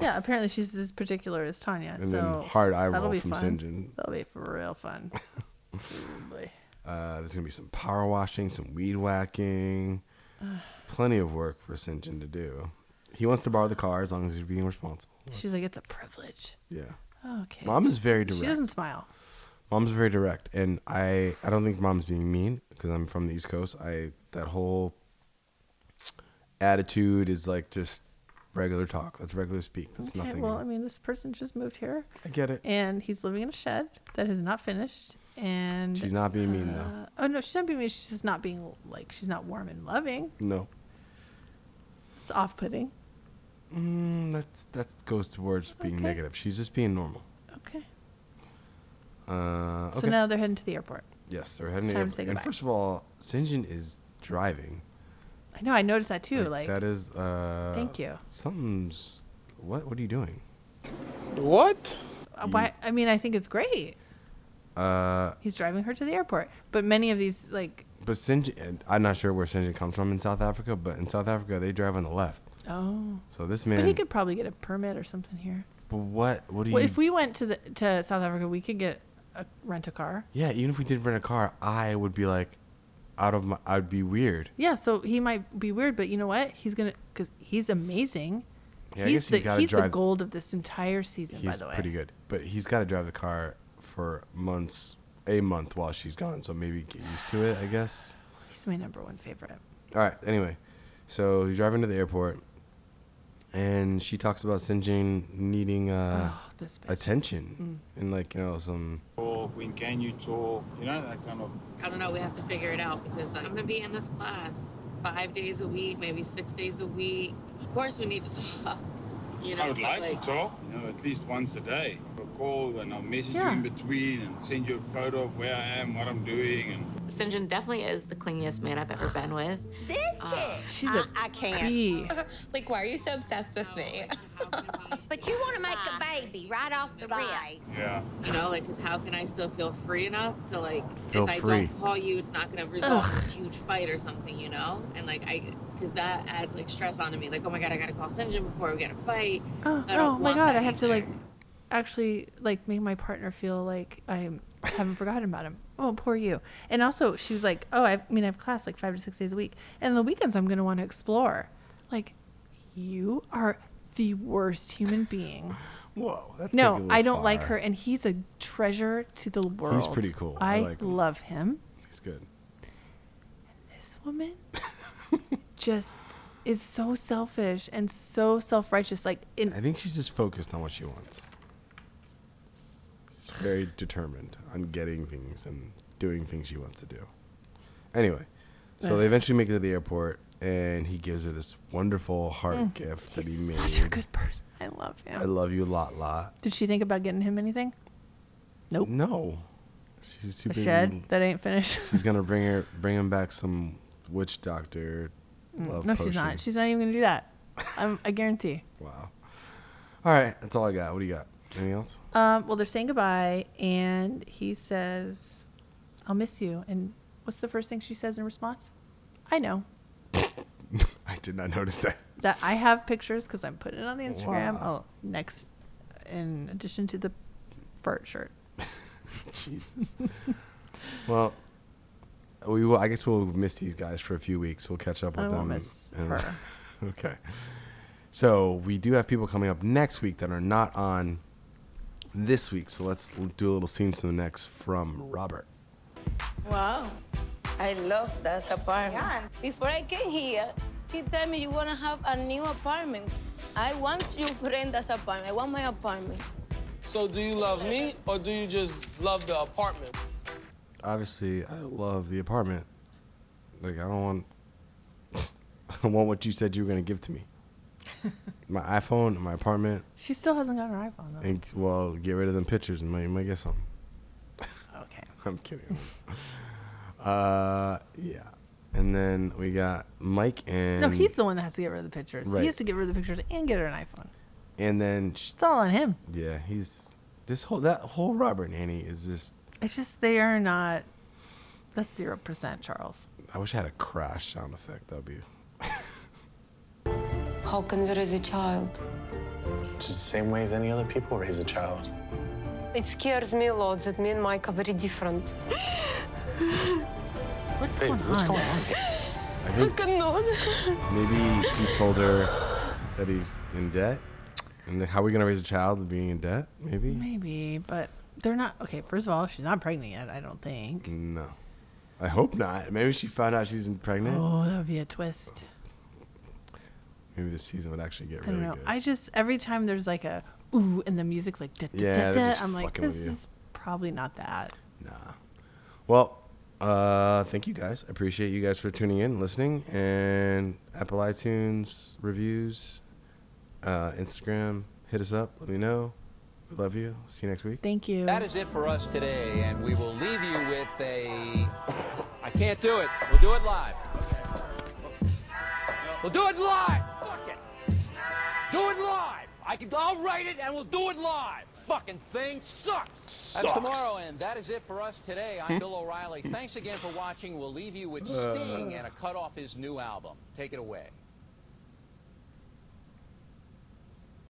A: Yeah, apparently she's as particular as Tanya.
B: And
A: so
B: then hard eye
A: that'll
B: roll
A: be
B: from
A: fun.
B: St. John.
A: That'll be for real fun. Boy.
B: Uh, there's gonna be some power washing, some weed whacking, plenty of work for St. John to do. He wants to borrow the car as long as he's being responsible.
A: she's like, it's a privilege.
B: Yeah.
A: Okay.
B: Mom is very
A: She
B: direct.
A: doesn't smile.
B: Mom's very direct, and I I don't think mom's being mean because I'm from the East Coast. I that whole attitude is like just regular talk. That's regular speak. That's
A: Okay,
B: nothing.
A: well, I mean, this person just moved here.
B: I get it.
A: And he's living in a shed that is not finished. And
B: She's not being mean, though.
A: uh, Oh no, she's not being mean. She's just not being like she's not warm and loving.
B: no,
A: It's off-putting.
B: mm, that's that goes towards being negative. She's just being normal.
A: Okay.
B: Uh, okay.
A: So now they're heading to the airport.
B: yes, they're heading.
A: it's time
B: to
A: to
B: airport.
A: say
B: and
A: goodbye.
B: first of all, Sinjin is driving.
A: I know. I noticed that too. Like,
B: that is. Uh,
A: Thank you.
B: Something's. What? What are you doing?
A: what? Uh, Why? I mean, I think it's great.
B: Uh,
A: He's driving her to the airport, but many of these like
B: But Sinj, and I'm not sure where Sinjin comes from in South Africa, but in South Africa they drive on the left.
A: oh.
B: So this man.
A: But he could probably get a permit or something here.
B: but what? What do you?
A: Well, if we went to the to South Africa, we could get a rent a car.
B: yeah, even if we did rent a car, I would be like, out of my. I'd be weird.
A: Yeah, so he might be weird, but you know what? He's gonna because he's amazing,
B: Yeah, I
A: he's
B: guess he's
A: the
B: gotta
A: he's the
B: drive-
A: gold of this entire season, by
B: He's
A: the way.
B: pretty good, but he's got to drive the car for months, a month while she's gone. So maybe get used to it, I guess.
A: He's my number one favorite.
B: All right. Anyway, so he's driving to the airport, and she talks about Sinjin needing uh,
A: Oh, this bitch. Mm.
B: attention and like you know some.
V: Talk, when can you talk? You know, that kind of.
D: I don't know. We have to figure it out because like, I'm going to be in this class five days a week, maybe six days a week. Of course, we need to talk. You know,
V: I would
D: but,
V: like, to talk, you know, at least once a day. I'll call and I'll message
D: Yeah.
V: you in between and send you a photo of where I am, what I'm doing, and
D: Sinjin definitely is the clingiest man I've ever been with. This chick.
O: She's a I can't. bee.
D: like, why are you so obsessed with me?
M: But you want to make a baby right off the rip.
V: yeah.
D: You know, like, because how can I still feel free enough to, like,
B: Feel
D: if I
B: free.
D: don't call you, it's not going to resolve this huge fight or something, you know? And, like, I, because that adds, like, stress onto me. Like, oh my God, I got to call Sinjin before we get in a fight.
A: Oh,
D: So I don't
A: oh my
D: want
A: god,
D: that
A: I have to like actually like make my partner feel like I haven't forgotten about him. Oh, poor you. And also, she was like, "Oh, I mean, I have class like five to six days a week, and the weekends I'm gonna want to explore." Like, you are the worst human being.
B: Whoa, that's a
A: no,
B: little
A: I don't like
B: far.
A: her, and he's a treasure to the world.
B: pretty cool. I
A: I,
B: like him.
A: love him.
B: He's good.
A: This woman just is so selfish and so self righteous. Like, in
B: I think she's just focused on what she wants. She's very determined on getting things and doing things she wants to do. Anyway, so they
A: Okay.
B: eventually make it to the airport, and he gives her this wonderful heart
A: Mm.
B: gift that he
A: He's
B: made.
A: such a good person. I love him.
B: I love you a lot, lot.
A: Did she think about getting him anything? Nope.
B: No, she's too
A: A
B: busy.
A: shed that ain't finished.
B: she's gonna bring her, bring him back some witch doctor.
A: Mm,
B: Love
A: no,
B: potion.
A: she's not. She's not even gonna do that. I'm, I guarantee.
B: Wow. All right, that's all I got. What do you got? Anything else?
A: Um, well, they're saying goodbye, and he says, "I'll miss you." And what's the first thing she says in response? I know
B: I did not notice that.
A: that I have pictures because I'm putting it on the Instagram.
B: Wow.
A: Oh, next, in addition to the fart shirt.
B: Jesus. Well, we will. I guess we'll miss these guys for a few weeks. We'll catch up with
A: I
B: them.
A: won't miss
B: and-
A: her.
B: okay. So we do have people coming up next week that are not on this week. So let's l- do a little scenes from the next from Robert.
M: Wow. I love that apartment. Before I came here, he told me you want to have a new apartment. I want you rent that apartment. I want my apartment.
R: So do you love me or do you just love the apartment?
B: Obviously, I love the apartment. Like I don't want. I want what you said you were gonna give to me. my iPhone, my apartment,
A: She still hasn't gotten her iPhone though.
B: and well, get rid of them pictures and might, might get something.
A: Okay.
B: I'm kidding. uh, yeah. And then we got Mike and
A: No, he's the one that has to get rid of the pictures.
B: Right.
A: He has to get rid of the pictures and get her an iPhone.
B: and then sh-
A: It's all on him.
B: yeah, he's this whole that whole Robert Nanny is just.
A: It's just they are not. That's zero percent, Charles.
B: I wish I had a crash sound effect. That'd be
E: How can we raise a child?
L: Just the same way as any other people raise a child.
E: It scares me a lot that me and Mike are very different.
A: What's
L: Babe,
E: going
L: what's
E: on?
L: going on?
B: I think maybe he told her that he's in debt. And then how are we gonna raise a child being in debt? Maybe.
A: Maybe, but they're not. Okay, first of all, she's not pregnant yet. I don't think.
B: No. I hope not. Maybe she found out she's pregnant.
A: Oh, that would be a twist.
B: Maybe this season would actually get
A: I
B: really
A: don't know.
B: good.
A: I just every time there's like a ooh, and the music's like da, da,
B: Yeah,
A: da,
B: they're
A: da,
B: just
A: I'm like,
B: fucking with
A: this
B: you.
A: is probably not that.
B: Well, uh, thank you guys. I appreciate you guys for tuning in, listening, and Apple iTunes reviews, uh, Instagram. Hit us up. Let me know. We love you. See you next week.
A: Thank you.
F: That is it for us today, and we will leave you with a. I can't do it. We'll do it live. We'll do it live. Fuck it. Do it live. I can. I'll write it, and we'll do it live. Fucking thing sucks. That's Sucks. tomorrow, and that is it for us today. I'm Bill O'Reilly. Thanks again for watching. We'll leave you with Sting and a cut off his new album. Take it away.